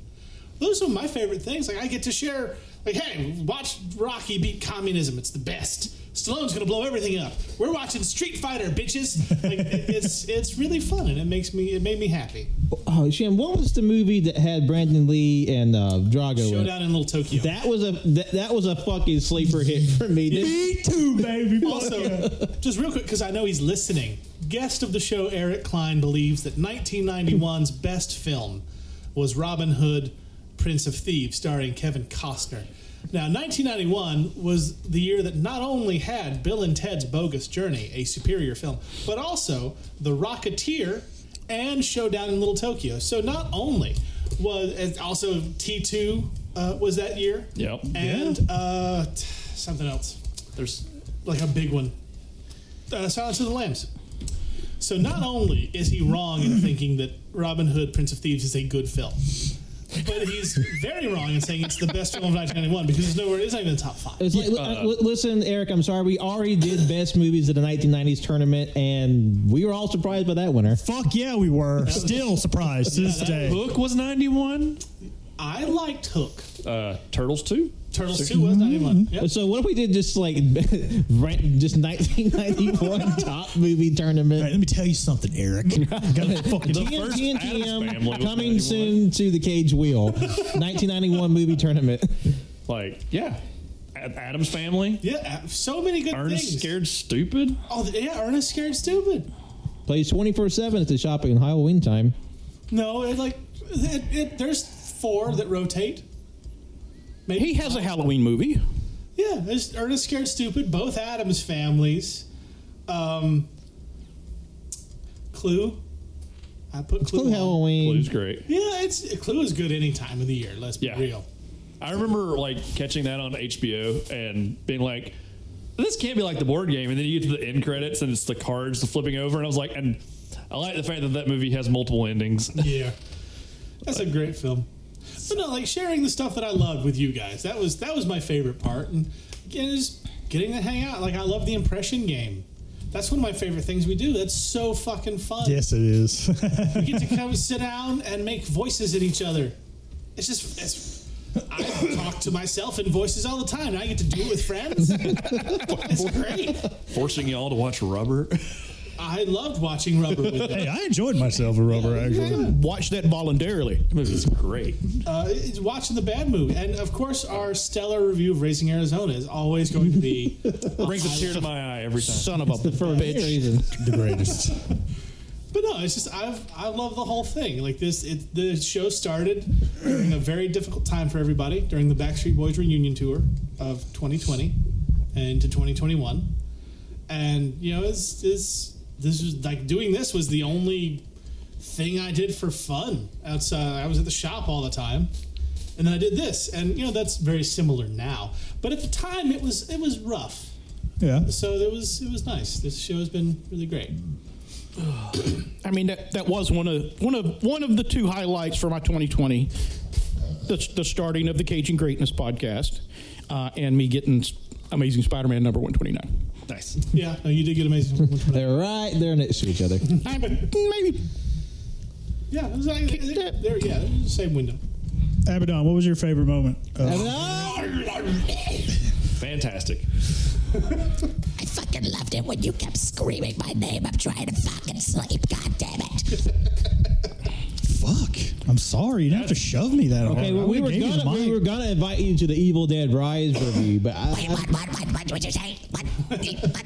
[SPEAKER 8] those are my favorite things like i get to share like hey watch rocky beat communism it's the best stallone's gonna blow everything up we're watching street fighter bitches like it- it's it's really fun and it makes me it made me happy
[SPEAKER 7] Oh, Shem, what was the movie that had Brandon Lee and uh, Drago in it?
[SPEAKER 8] showdown in little tokyo
[SPEAKER 7] That was a that, that was a fucking sleeper hit for me. This-
[SPEAKER 5] Me too, baby. Fuck yeah.
[SPEAKER 8] Also, just real quick, because I know he's listening. Guest of the show, Eric Klein, believes that 1991's best film was Robin Hood, Prince Prince of Thieves, starring Kevin Costner. Now, 1991 was the year that not only had Bill and Ted's Bogus Journey, a superior film, but also The Rocketeer and Showdown in Little Tokyo. So not only was and also T2 uh, was that year.
[SPEAKER 4] Yep.
[SPEAKER 8] And uh, t- something else. There's like a big one. Uh, Silence of the Lambs. So not only is he wrong in thinking that Robin Hood, Prince of Thieves is a good film, but he's very wrong in saying it's the best film of 1991 because it's nowhere, it's not even in the top five.
[SPEAKER 7] It's like, li- uh, li- listen, Eric, I'm sorry. We already did best movies of the 1990s tournament, and we were all surprised by that winner.
[SPEAKER 5] Fuck yeah, we were. Still surprised to this day.
[SPEAKER 4] Hook was 91.
[SPEAKER 8] I liked Hook.
[SPEAKER 4] Uh, Turtles 2.
[SPEAKER 8] Turtles 2 was 91. Yep.
[SPEAKER 7] So what if we did just like rank just 1991 top movie
[SPEAKER 5] Hey,
[SPEAKER 7] tournament?
[SPEAKER 5] let me tell you something, Eric. You gotta fucking-
[SPEAKER 4] first
[SPEAKER 7] TNT
[SPEAKER 4] Addams Family was
[SPEAKER 7] and TM
[SPEAKER 4] 91.
[SPEAKER 7] coming soon to the Cage Wheel, 1991 movie tournament.
[SPEAKER 4] Like, yeah. Ad- Adam's Family.
[SPEAKER 8] Yeah, uh, so many good
[SPEAKER 4] Ernest
[SPEAKER 8] things.
[SPEAKER 4] Scared Stupid.
[SPEAKER 8] Oh, th- yeah, Ernest Scared Stupid.
[SPEAKER 7] Plays 24 seven at the shopping on Halloween time.
[SPEAKER 8] No, it, like it, it, there's four that rotate. Maybe
[SPEAKER 10] He has a Halloween movie.
[SPEAKER 8] Yeah, there's Ernest Scared Stupid, both Adams families. Um, Clue. I put Clue.
[SPEAKER 7] Clue
[SPEAKER 8] on.
[SPEAKER 7] Halloween.
[SPEAKER 4] Blue's great.
[SPEAKER 8] Yeah, it's Clue is good any time of the year. Let's be
[SPEAKER 4] Yeah.
[SPEAKER 8] real.
[SPEAKER 4] I remember like catching that on HBO and being like, this can't be like the board game. And then you get to the end credits and it's the cards flipping over. And I was like, and I like the fact that that movie has multiple endings.
[SPEAKER 8] Yeah, that's a great film. But no, like sharing the stuff that I loved with you guys. That was that was my favorite part, and again, just getting to hang out. Like I love the impression game. That's one of my favorite things we do. That's so fucking fun.
[SPEAKER 5] yes, it is.
[SPEAKER 8] We get to come sit down and make voices at each other. It's just, it's, I talk to myself in voices all the time. and I get to do it with friends. it's great.
[SPEAKER 4] Forcing y'all to watch Rubber.
[SPEAKER 8] I loved watching Rubber with them.
[SPEAKER 5] hey, I enjoyed myself a rubber, actually.
[SPEAKER 10] Watch that voluntarily.
[SPEAKER 4] That movie's great.
[SPEAKER 8] Uh, it's watching the bad movie. And of course, our stellar review of Raising Arizona is always going to be
[SPEAKER 4] Brings a tear to my eye every time.
[SPEAKER 10] Son of a bitch.
[SPEAKER 7] Reason.
[SPEAKER 5] The greatest.
[SPEAKER 8] But no, it's just I've I love the whole thing. Like this, it, the show started during a very difficult time for everybody during the Backstreet Boys reunion tour of 2020 and into 2021, and you know, it's, it's this was like doing this was the only thing I did for fun outside. I was at the shop all the time, and then I did this, and you know that's very similar now. But at the time, it was it was rough.
[SPEAKER 5] Yeah.
[SPEAKER 8] So it was it was nice. This show has been really great.
[SPEAKER 10] I mean, that, that was one of one of one of the two highlights for my 2020. The, the starting of the Cajun Greatness podcast, uh, and me getting S- Amazing Spider-Man number 129.
[SPEAKER 4] Nice.
[SPEAKER 8] Yeah, no, you did get amazing.
[SPEAKER 7] They're right there next to each other.
[SPEAKER 10] I, maybe
[SPEAKER 8] Yeah, it was like, they're, they're- yeah, it was the same window.
[SPEAKER 5] Abaddon, what was your favorite moment? Oh,
[SPEAKER 4] Fantastic.
[SPEAKER 11] I fucking loved it when you kept screaming my name. I'm trying to fucking sleep. God damn it.
[SPEAKER 5] fuck. I'm sorry. You didn't have to shove me that hard.
[SPEAKER 7] Okay,
[SPEAKER 5] I
[SPEAKER 7] well, we
[SPEAKER 5] would've
[SPEAKER 7] were
[SPEAKER 5] gave you the
[SPEAKER 7] gonna we
[SPEAKER 5] mic.
[SPEAKER 7] were gonna invite you to the Evil Dead Rise review, but I,
[SPEAKER 11] Wait,
[SPEAKER 7] I-
[SPEAKER 11] what, what, what, what, what'd you say? What? what?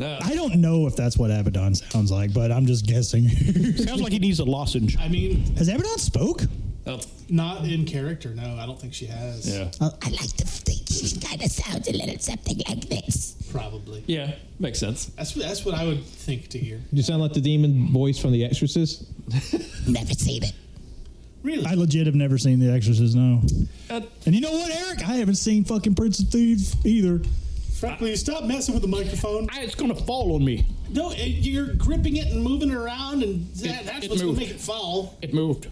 [SPEAKER 4] No,
[SPEAKER 5] I don't know if that's what Abaddon sounds like, but I'm just guessing.
[SPEAKER 10] sounds like he needs a lozenge.
[SPEAKER 8] I mean,
[SPEAKER 5] Has Abaddon spoke?
[SPEAKER 4] oh,
[SPEAKER 8] not in character. No, I don't think she has.
[SPEAKER 4] yeah.
[SPEAKER 11] Oh, I like to think she kind of sounds a little something like this.
[SPEAKER 8] probably.
[SPEAKER 4] Yeah. Makes sense.
[SPEAKER 8] That's what that's what I would think to hear.
[SPEAKER 7] you sound like the demon voice from The Exorcist.
[SPEAKER 11] Never seen it.
[SPEAKER 8] Really?
[SPEAKER 5] I legit have never seen The Exorcist, no.
[SPEAKER 4] Uh,
[SPEAKER 5] And you know what, Eric? I haven't seen fucking Prince of Thieves either.
[SPEAKER 8] Frank, will you stop messing with the microphone?
[SPEAKER 10] I, it's gonna fall on me.
[SPEAKER 8] no, it, you're gripping it and moving it around, and that,
[SPEAKER 10] It-
[SPEAKER 8] that's
[SPEAKER 10] it
[SPEAKER 8] what's going
[SPEAKER 10] moved.
[SPEAKER 8] to make it fall.
[SPEAKER 10] It moved.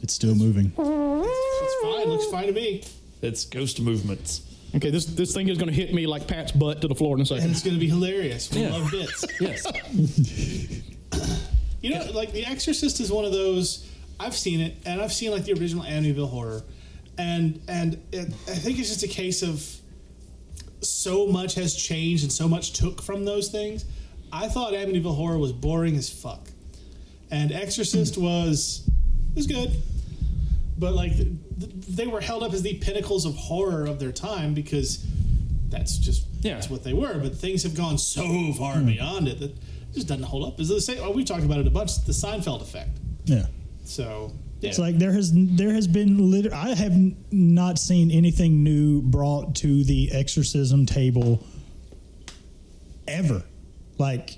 [SPEAKER 5] It's still moving.
[SPEAKER 8] It's fine. Looks fine to me.
[SPEAKER 4] it's ghost movements.
[SPEAKER 10] Okay, this this thing is gonna hit me like Pat's butt to the floor in a
[SPEAKER 8] And
[SPEAKER 10] second.
[SPEAKER 8] it's going to be hilarious. We
[SPEAKER 4] Yeah.
[SPEAKER 8] love bits.
[SPEAKER 4] Yes.
[SPEAKER 8] You know, like The Exorcist is one of those. I've seen it, and I've seen like the original Amityville horror, and and it, I think it's just a case of so much has changed and so much took from those things. I thought Amityville horror was boring as fuck, and Exorcist
[SPEAKER 4] Hmm.
[SPEAKER 8] was was good, but like th- th- they were held up as the pinnacles of horror of their time because that's just
[SPEAKER 4] Yeah.
[SPEAKER 8] that's what they were. But things have gone so far beyond it that it just doesn't hold up. Is the same? oh, we talked about it a bunch. The Seinfeld effect.
[SPEAKER 5] Yeah.
[SPEAKER 8] So
[SPEAKER 5] It's like there has there has been liter- I have n- not seen anything new brought to the exorcism table ever. Like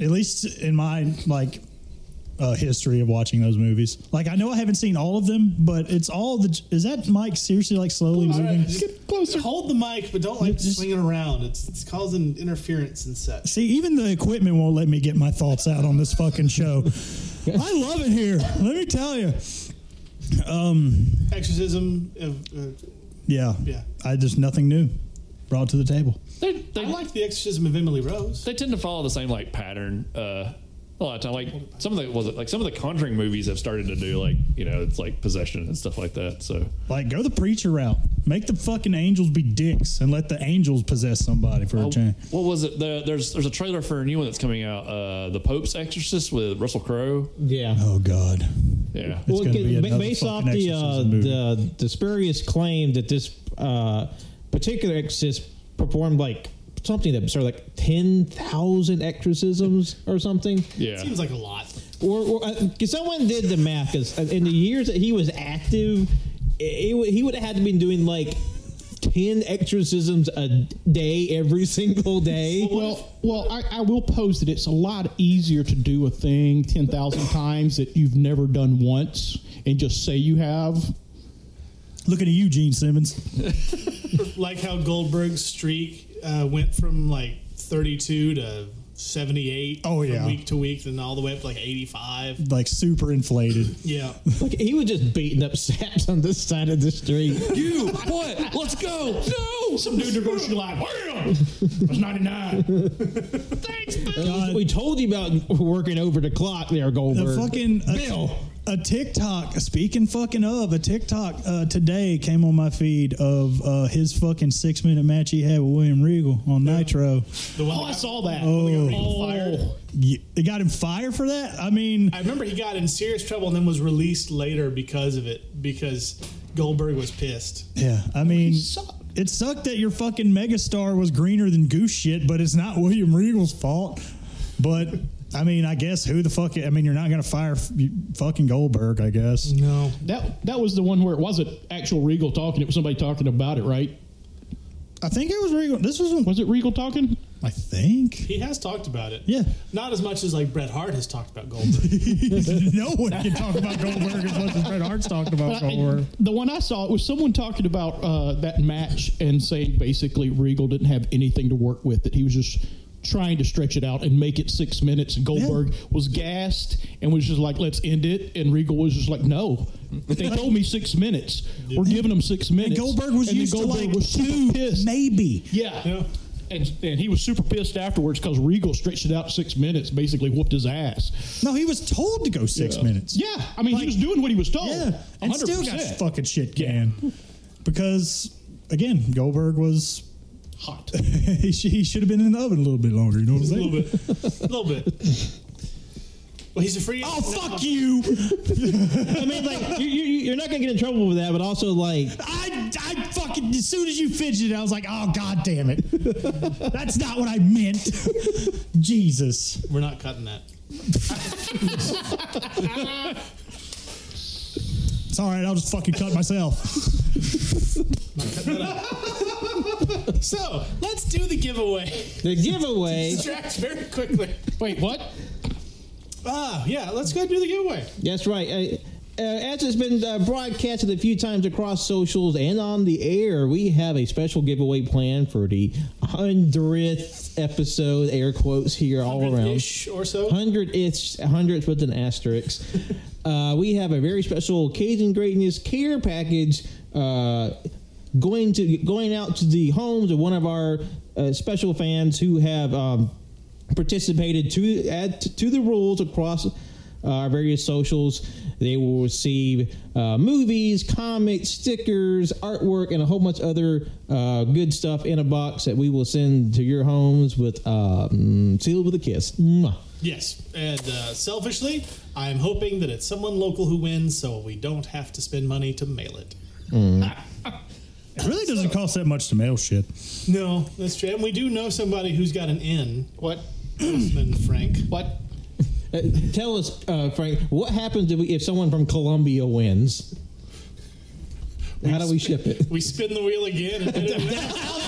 [SPEAKER 5] at least in my like uh, history of watching those movies. Like I know I haven't seen all of them, but it's all the is that Mike seriously like slowly moving?
[SPEAKER 8] closer. Hold the mic, but don't like swing it around. It's, it's causing interference and such.
[SPEAKER 5] See, even the equipment won't let me get my thoughts out on this fucking show. I love it here. Let me tell you. Um,
[SPEAKER 8] Exorcism. Of, uh,
[SPEAKER 5] yeah.
[SPEAKER 8] Yeah.
[SPEAKER 5] I just nothing new brought to the table.
[SPEAKER 8] I like the Exorcism of Emily Rose.
[SPEAKER 4] They tend to follow the same like pattern. Uh, a lot of time, like some of the was it like some of the Conjuring movies have started to do like you know it's like possession and stuff like that. So
[SPEAKER 5] Like, go the preacher route. Make the fucking angels be dicks and let the angels possess somebody for a change.
[SPEAKER 4] what was it? The, there's there's a trailer for a new one that's coming out. Uh, the Pope's Exorcist with Russell Crowe.
[SPEAKER 7] Yeah.
[SPEAKER 5] Oh God.
[SPEAKER 4] Yeah.
[SPEAKER 7] Well, again, ba- based off the, uh, the the spurious claim that this uh, particular exorcist performed like something that sort of like ten thousand exorcisms or something.
[SPEAKER 4] Yeah.
[SPEAKER 8] Seems like a lot.
[SPEAKER 7] Or, or uh, 'cause someone did the math because in the years that he was active, it, it, would- he would have had to been doing like ten exorcisms a day every single day.
[SPEAKER 6] Well, well, I, I will pose that it's a lot easier to do a thing ten thousand times that you've never done once and just say you have.
[SPEAKER 5] Looking at you, Gene Simmons.
[SPEAKER 8] like how Goldberg's streak uh, went from like 32 to 78.
[SPEAKER 5] Oh,
[SPEAKER 8] from
[SPEAKER 5] yeah.
[SPEAKER 8] week to week, then all the way up to like 85.
[SPEAKER 5] Like super inflated.
[SPEAKER 8] Yeah,
[SPEAKER 7] like he was just beating up saps on this side of the street.
[SPEAKER 4] You what? Let's go. No,
[SPEAKER 6] some dude goes to like, wham! That's ninety nine.
[SPEAKER 7] Uh, we told you about working over the clock there, Goldberg.
[SPEAKER 5] The fucking a, a TikTok. Speaking fucking of a TikTok uh, today came on my feed of uh, his fucking six minute match he had with William Regal on Nitro.
[SPEAKER 8] The one
[SPEAKER 6] Oh, I saw that.
[SPEAKER 5] Oh,
[SPEAKER 8] fired.
[SPEAKER 5] Ye- they got him fired for that. I mean,
[SPEAKER 8] I remember he got in serious trouble and then was released later because of it because Goldberg was pissed.
[SPEAKER 5] yeah, I mean, it sucked that your fucking megastar was greener than goose shit, but it's not William Regal's fault. But I mean, I guess who the fuck? I mean, you're not gonna fire f- fucking Goldberg, I guess.
[SPEAKER 8] No,
[SPEAKER 6] That that was the one where it wasn't actual Regal talking. It was somebody talking about it, right?
[SPEAKER 5] I think it was Regal. This was
[SPEAKER 6] was it Regal talking?
[SPEAKER 5] I think.
[SPEAKER 8] He has talked about it.
[SPEAKER 5] Yeah.
[SPEAKER 8] Not as much as like Bret Hart has talked about Goldberg.
[SPEAKER 5] no one can talk about Goldberg as much as Bret Hart's talked about
[SPEAKER 6] But I-
[SPEAKER 5] Goldberg.
[SPEAKER 6] the one I saw it was someone talking about uh, that match and saying basically Regal didn't have anything to work with. That he was just trying to stretch it out and make it six minutes. And Goldberg was gassed and was just like, "Let's end it." And Regal was just like, "No, they told me six minutes. We're giving them six minutes."
[SPEAKER 5] Goldberg was
[SPEAKER 6] then
[SPEAKER 5] used to, like,
[SPEAKER 6] super pissed.
[SPEAKER 5] Maybe.
[SPEAKER 6] Yeah. And, and he was super pissed afterwards because Regal stretched it out six minutes, basically whooped his ass.
[SPEAKER 5] No, he was told to go six minutes.
[SPEAKER 6] Yeah, I mean, he was doing what he was told.
[SPEAKER 5] Yeah. And still got
[SPEAKER 6] 100%.
[SPEAKER 5] fucking shit canned. Because, again, Goldberg was.
[SPEAKER 6] hot.
[SPEAKER 5] he, sh- he should have been in the oven a little bit longer. You know what I'm
[SPEAKER 8] a little
[SPEAKER 5] saying?
[SPEAKER 8] bit. A little bit. Well, he's a free.
[SPEAKER 5] Oh, fuck you.
[SPEAKER 7] I mean, like you, you, you're not gonna get in trouble with that, but also like
[SPEAKER 5] I, I fucking, as soon as you fidgeted, I was like, oh, god damn it. That's not what I meant. Jesus.
[SPEAKER 8] We're not cutting that.
[SPEAKER 5] It's all right. I'll just fucking cut myself.
[SPEAKER 8] So let's do the giveaway.
[SPEAKER 7] the giveaway.
[SPEAKER 8] Distract very quickly.
[SPEAKER 6] Wait, what?
[SPEAKER 8] Ah, yeah. Let's go do the giveaway.
[SPEAKER 7] That's right. Uh, uh, as it's been uh, broadcasted a few times across socials and on the air, we have a special giveaway plan for the hundredth episode. Air quotes here all around.
[SPEAKER 8] Ish or so.
[SPEAKER 7] Hundred ish, hundreds with an asterisk. uh, we have a very special Cajun Greatness Care Package uh, going to going out to the homes of one of our uh, special fans who have um, participated to add to the rules across uh, our various socials. They will receive uh, movies, comics, stickers, artwork, and a whole bunch other uh, good stuff in a box that we will send to your homes with uh, mm, sealed with a kiss. Mwah.
[SPEAKER 8] Yes, and uh, selfishly, I am hoping that it's someone local who wins, so we don't have to spend money to mail it.
[SPEAKER 5] It really doesn't cost that much to mail shit.
[SPEAKER 8] No, that's true. And we do know somebody who's got an in.
[SPEAKER 6] What?
[SPEAKER 8] Postman Frank.
[SPEAKER 6] What?
[SPEAKER 7] Uh, tell us, uh, Frank, what happens if, we, if someone from Colombia wins? How do we ship it?
[SPEAKER 8] We spin the wheel again. And edit it out.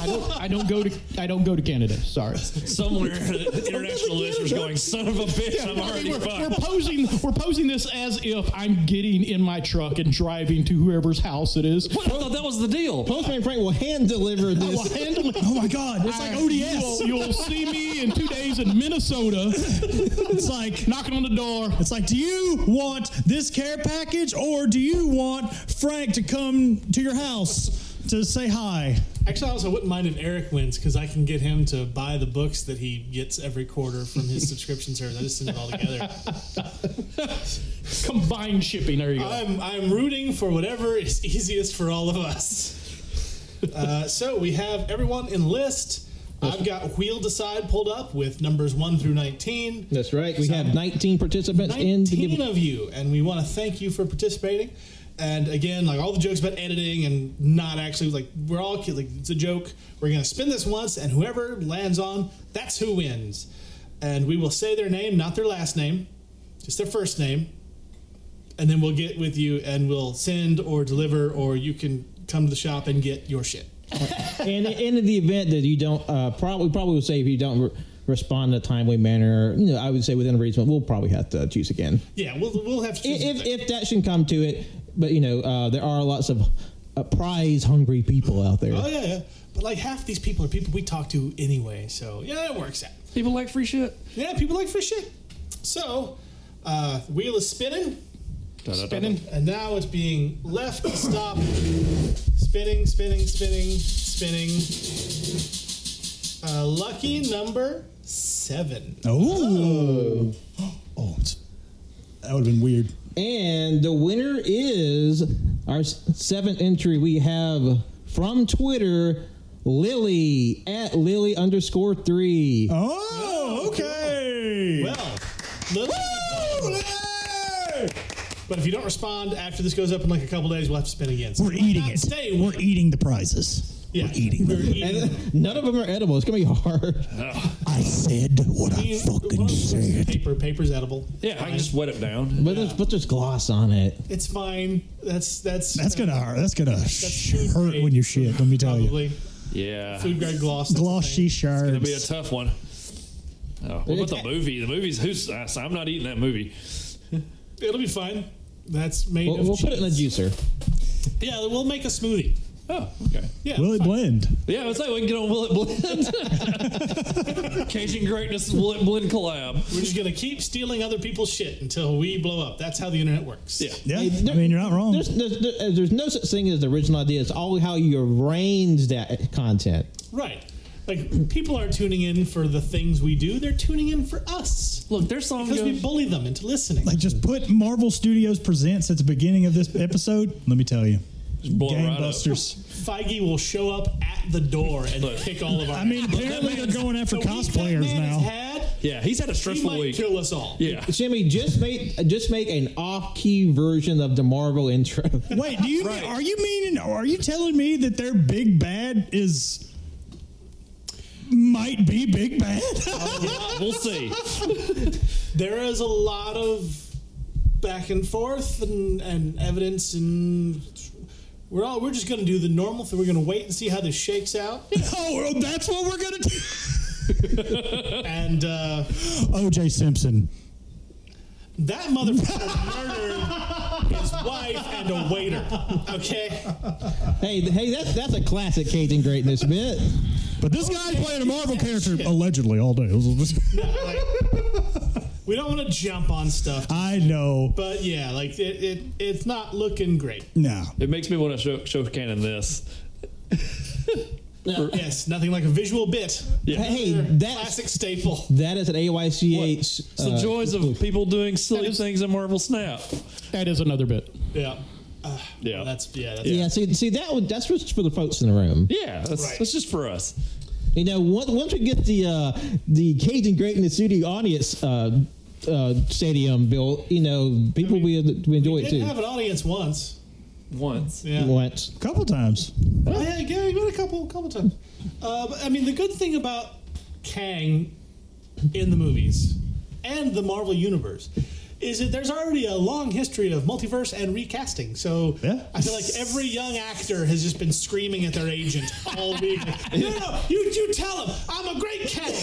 [SPEAKER 6] I don't. I don't go to. I don't go to Canada. Sorry.
[SPEAKER 4] Somewhere the international listeners going, son of a bitch,
[SPEAKER 6] Yeah,
[SPEAKER 4] I'm
[SPEAKER 6] I mean,
[SPEAKER 4] already
[SPEAKER 6] we're,
[SPEAKER 4] fucked.
[SPEAKER 6] we're posing. We're posing this as if I'm getting in my truck and driving to whoever's house it is.
[SPEAKER 4] What? I thought that was the deal.
[SPEAKER 7] Postman Frank will hand deliver
[SPEAKER 6] I will
[SPEAKER 7] this.
[SPEAKER 6] handle it.
[SPEAKER 5] Oh my God! It's like
[SPEAKER 6] I-
[SPEAKER 5] ODS.
[SPEAKER 6] You will, you'll see me in two days in Minnesota.
[SPEAKER 5] it's like
[SPEAKER 6] knocking on the door.
[SPEAKER 5] It's like, do you want this care package or do you want Frank to come to your house to say hi?
[SPEAKER 8] Actually, I also wouldn't mind if Eric wins because I can get him to buy the books that he gets every quarter from his subscription service. I just send it all together.
[SPEAKER 6] Combined shipping. There you go.
[SPEAKER 8] I'm I'm rooting for whatever is easiest for all of us. Uh, so we have everyone in list. I've got Wheel Decide pulled up with numbers one through nineteen.
[SPEAKER 7] That's right. We have 19 participants in to give
[SPEAKER 8] 19 of you, and we want to thank you for participating. And again, like all the jokes about editing and not actually like we're all kid- like it's a joke. We're gonna spin this once, and whoever lands on, that's who wins. And we will say their name, not their last name, just their first name, and then we'll get with you and we'll send or deliver, or you can come to the shop and get your shit.
[SPEAKER 7] and, and in the event that you don't, uh, probably probably would say if you don't re- respond in a timely manner, you know, I would say within reason, we'll probably have to choose again.
[SPEAKER 8] Yeah, we'll we'll have to. choose
[SPEAKER 7] if,
[SPEAKER 8] something.
[SPEAKER 7] if that should come to it, but you know, uh, there are lots of uh, prize hungry people out there.
[SPEAKER 8] oh yeah, yeah, but like half these people are people we talk to anyway, so yeah, it works out.
[SPEAKER 4] People like free shit.
[SPEAKER 8] Yeah, people like fish shit. So, uh, wheel is spinning,
[SPEAKER 4] Spinning.
[SPEAKER 8] and now it's being left stop, spinning, spinning, spinning, spinning. Uh, lucky number seven.
[SPEAKER 5] Oh. Oh, it's, that would have been weird.
[SPEAKER 7] And the winner is our s- seventh entry. We have from Twitter, Lily at Lily underscore three.
[SPEAKER 5] Oh, okay.
[SPEAKER 8] Well, Lily, but if you don't respond after this goes up in like a couple days, we'll have to spin again. So
[SPEAKER 5] We're
[SPEAKER 8] why
[SPEAKER 5] eating
[SPEAKER 8] not
[SPEAKER 5] it.
[SPEAKER 8] Stay
[SPEAKER 5] We're eating the prizes.
[SPEAKER 8] yeah,
[SPEAKER 5] We're eating
[SPEAKER 8] We're
[SPEAKER 5] them.
[SPEAKER 8] eating.
[SPEAKER 7] None of them are edible. It's gonna be hard.
[SPEAKER 5] I said what I fucking said.
[SPEAKER 8] Paper, paper's edible.
[SPEAKER 4] Yeah, I can just wet it down.
[SPEAKER 7] But there's but there's gloss on it.
[SPEAKER 8] It's fine. That's that's
[SPEAKER 5] That's gonna hurt. That's gonna
[SPEAKER 8] food
[SPEAKER 5] hurt
[SPEAKER 8] grade.
[SPEAKER 5] when you shit. Let me tell you.
[SPEAKER 8] probably
[SPEAKER 4] Yeah.
[SPEAKER 8] food grade gloss. that's the
[SPEAKER 5] Glossy shards.
[SPEAKER 4] It'll be a tough one. Oh, what about the movie? The movie's who's? uh, so I'm not eating that movie.
[SPEAKER 8] thing. It'll be fine. That's made.
[SPEAKER 7] We'll,
[SPEAKER 8] of
[SPEAKER 7] we'll put it in the
[SPEAKER 8] cheese.
[SPEAKER 7] juicer.
[SPEAKER 8] Yeah, we'll make a smoothie.
[SPEAKER 4] Oh, okay.
[SPEAKER 8] Yeah,
[SPEAKER 5] Will it
[SPEAKER 8] fine.
[SPEAKER 5] blend?
[SPEAKER 4] Yeah, it's like we can get on Will It Blend. Cajun Greatness Will It Blend collab.
[SPEAKER 8] We're just gonna keep stealing other people's shit until we blow up. That's how the internet works.
[SPEAKER 4] Yeah.
[SPEAKER 5] Yeah.
[SPEAKER 7] Hey, there-
[SPEAKER 5] I mean, you're not wrong.
[SPEAKER 7] There's, there's, there- uh, there's no such thing as the original idea. It's all how you arrange that content.
[SPEAKER 8] right. Like people aren't tuning in for the things we do; they're tuning in for us
[SPEAKER 4] Look, their song
[SPEAKER 8] because we
[SPEAKER 4] goes.
[SPEAKER 8] bully them into listening.
[SPEAKER 5] Like just put Marvel Studios presents at the beginning of this episode. Let me tell you,
[SPEAKER 4] blow it right up.
[SPEAKER 5] gangbusters.
[SPEAKER 8] Feige will show up at the door and kick all of our.
[SPEAKER 5] I mean, apparently they're
[SPEAKER 4] man's-
[SPEAKER 5] going after
[SPEAKER 8] The week that
[SPEAKER 5] cosplayers
[SPEAKER 8] man has
[SPEAKER 5] now.
[SPEAKER 8] Had,
[SPEAKER 4] Yeah, he's had a
[SPEAKER 8] he
[SPEAKER 4] stressful
[SPEAKER 8] might
[SPEAKER 4] week.
[SPEAKER 8] kill us all.
[SPEAKER 4] Yeah.
[SPEAKER 7] Jimmy, just make just make an off-key version of the Marvel intro.
[SPEAKER 5] Wait, do you are you meaning? Are you telling me that their big bad is might be big bad?
[SPEAKER 4] We'll see.
[SPEAKER 8] There is a lot of back and forth and, and evidence, and we're all we're just gonna do the normal thing. We're gonna wait and see how this shakes out.
[SPEAKER 5] oh, well, that's what we're gonna do.
[SPEAKER 8] and uh,
[SPEAKER 5] OJ Simpson.
[SPEAKER 8] that motherfucker murdered his wife and a waiter. Okay,
[SPEAKER 7] hey, th- hey, that's that's a classic Cajun greatness bit.
[SPEAKER 5] But this guy playing a Marvel character allegedly all day.
[SPEAKER 8] Like, we don't want to jump on stuff,
[SPEAKER 5] I know.
[SPEAKER 8] but yeah, like it, it it's not looking great.
[SPEAKER 5] No.
[SPEAKER 4] It makes me want to show, show Cannon this.
[SPEAKER 8] Yes, nothing like a visual bit.
[SPEAKER 7] Hey,
[SPEAKER 8] Classic
[SPEAKER 7] that's
[SPEAKER 8] staple.
[SPEAKER 7] that is an AYCH.
[SPEAKER 4] It's the joys of people doing silly things in Marvel Snap.
[SPEAKER 6] That is another bit.
[SPEAKER 8] Yeah. Uh,
[SPEAKER 4] Yeah.
[SPEAKER 8] that's yeah. That's,
[SPEAKER 7] Yeah, see, see that one, that's just for the folks in the room.
[SPEAKER 4] Yeah, that's,
[SPEAKER 8] Right.
[SPEAKER 4] that's just for us.
[SPEAKER 7] You know, once, once we get the uh, the Cajun Greatness Studio audience uh, uh, stadium built, you know, people will be, will enjoy
[SPEAKER 8] We
[SPEAKER 7] it
[SPEAKER 8] did
[SPEAKER 7] too.
[SPEAKER 8] have an audience once.
[SPEAKER 4] Once.
[SPEAKER 8] Yeah.
[SPEAKER 7] Once.
[SPEAKER 5] A couple times.
[SPEAKER 8] Oh, yeah, yeah, you went a couple, couple times. Uh, but, I mean, the good thing about Kang in the movies and the Marvel Universe is that there's already a long history of multiverse and recasting. So I feel like every young actor has just been screaming at their agent all week. no, no, no, you, you tell him I'm a great Kang.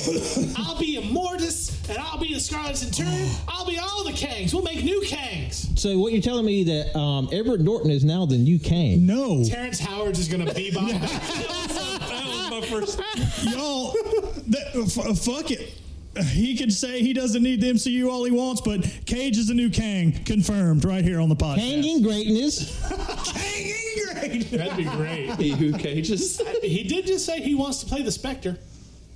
[SPEAKER 8] I'll be a Mortis and I'll be a Scarlet Centurion. I'll be all the Kangs. We'll make new Kangs.
[SPEAKER 7] So what you're telling me that um, Edward Norton is now the new Kang?
[SPEAKER 5] No.
[SPEAKER 8] Terrence Howard's is gonna be Bob. that
[SPEAKER 4] was my first.
[SPEAKER 5] Y'all, Oh, that, f- fuck it. He can say he doesn't need the MCU all he wants, but Cage is the new Kang, confirmed right here on the podcast.
[SPEAKER 7] Kanging greatness.
[SPEAKER 5] Kanging
[SPEAKER 8] That'd be great.
[SPEAKER 4] He who cages.
[SPEAKER 8] he did just say he wants to play the Spectre,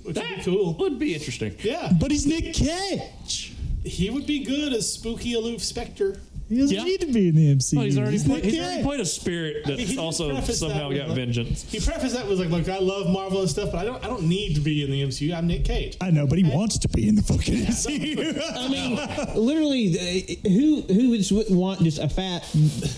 [SPEAKER 8] which would be cool.
[SPEAKER 4] Would be interesting.
[SPEAKER 8] Yeah,
[SPEAKER 5] but he's Nick Cage.
[SPEAKER 8] He would be good as spooky, aloof Spectre.
[SPEAKER 5] He doesn't need to be in the MCU.
[SPEAKER 4] Well, he's already,
[SPEAKER 5] He's
[SPEAKER 4] played,
[SPEAKER 5] Nick
[SPEAKER 4] he's already
[SPEAKER 5] Cage.
[SPEAKER 4] played a spirit
[SPEAKER 8] I mean,
[SPEAKER 4] that's
[SPEAKER 8] he did
[SPEAKER 4] also
[SPEAKER 8] preface that
[SPEAKER 4] somehow
[SPEAKER 8] with,
[SPEAKER 4] got
[SPEAKER 8] like-
[SPEAKER 4] vengeance.
[SPEAKER 8] He prefaced that with like, "Look, I love Marvel and stuff, but I don't, I don't need to be in the MCU. I'm Nick Cage."
[SPEAKER 5] I know, but he wants to be in the fucking MCU.
[SPEAKER 7] I mean, literally, th- who who would just wouldn't want just a fat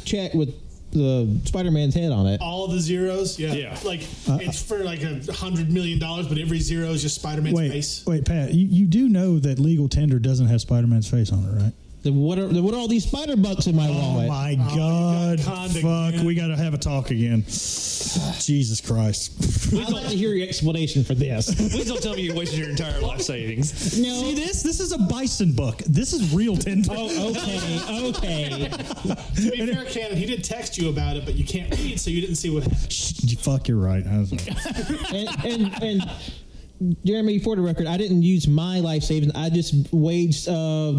[SPEAKER 7] check with the Spider-Man's head on it?
[SPEAKER 8] All the zeros, yeah,
[SPEAKER 4] Yeah.
[SPEAKER 8] like
[SPEAKER 5] Uh,
[SPEAKER 8] it's for like a hundred million dollars, but every zero is just Spider-Man's
[SPEAKER 5] wait,
[SPEAKER 8] face.
[SPEAKER 5] wait, Pat, you, you do know that Legal Tender doesn't have Spider Man's face on it, right?
[SPEAKER 7] Then what are then what are all these spider bucks in my
[SPEAKER 5] Oh
[SPEAKER 7] wallet?
[SPEAKER 5] my God!
[SPEAKER 8] conda
[SPEAKER 5] Fuck,
[SPEAKER 8] again.
[SPEAKER 5] we got to have a talk again. Jesus Christ!
[SPEAKER 7] I'd like to hear your explanation for this.
[SPEAKER 4] Please don't tell me you wasted your entire life savings.
[SPEAKER 7] No.
[SPEAKER 5] See this? This is a bison buck. This is real tender.
[SPEAKER 7] Oh, okay, okay.
[SPEAKER 8] To be fair, Cannon, he did text you about it, but you can't read, so you didn't see what. happened.
[SPEAKER 5] Shh, Fuck, you're right. I was like,
[SPEAKER 7] and, and, and Jeremy, for the record, I didn't use my life savings. I just waged uh,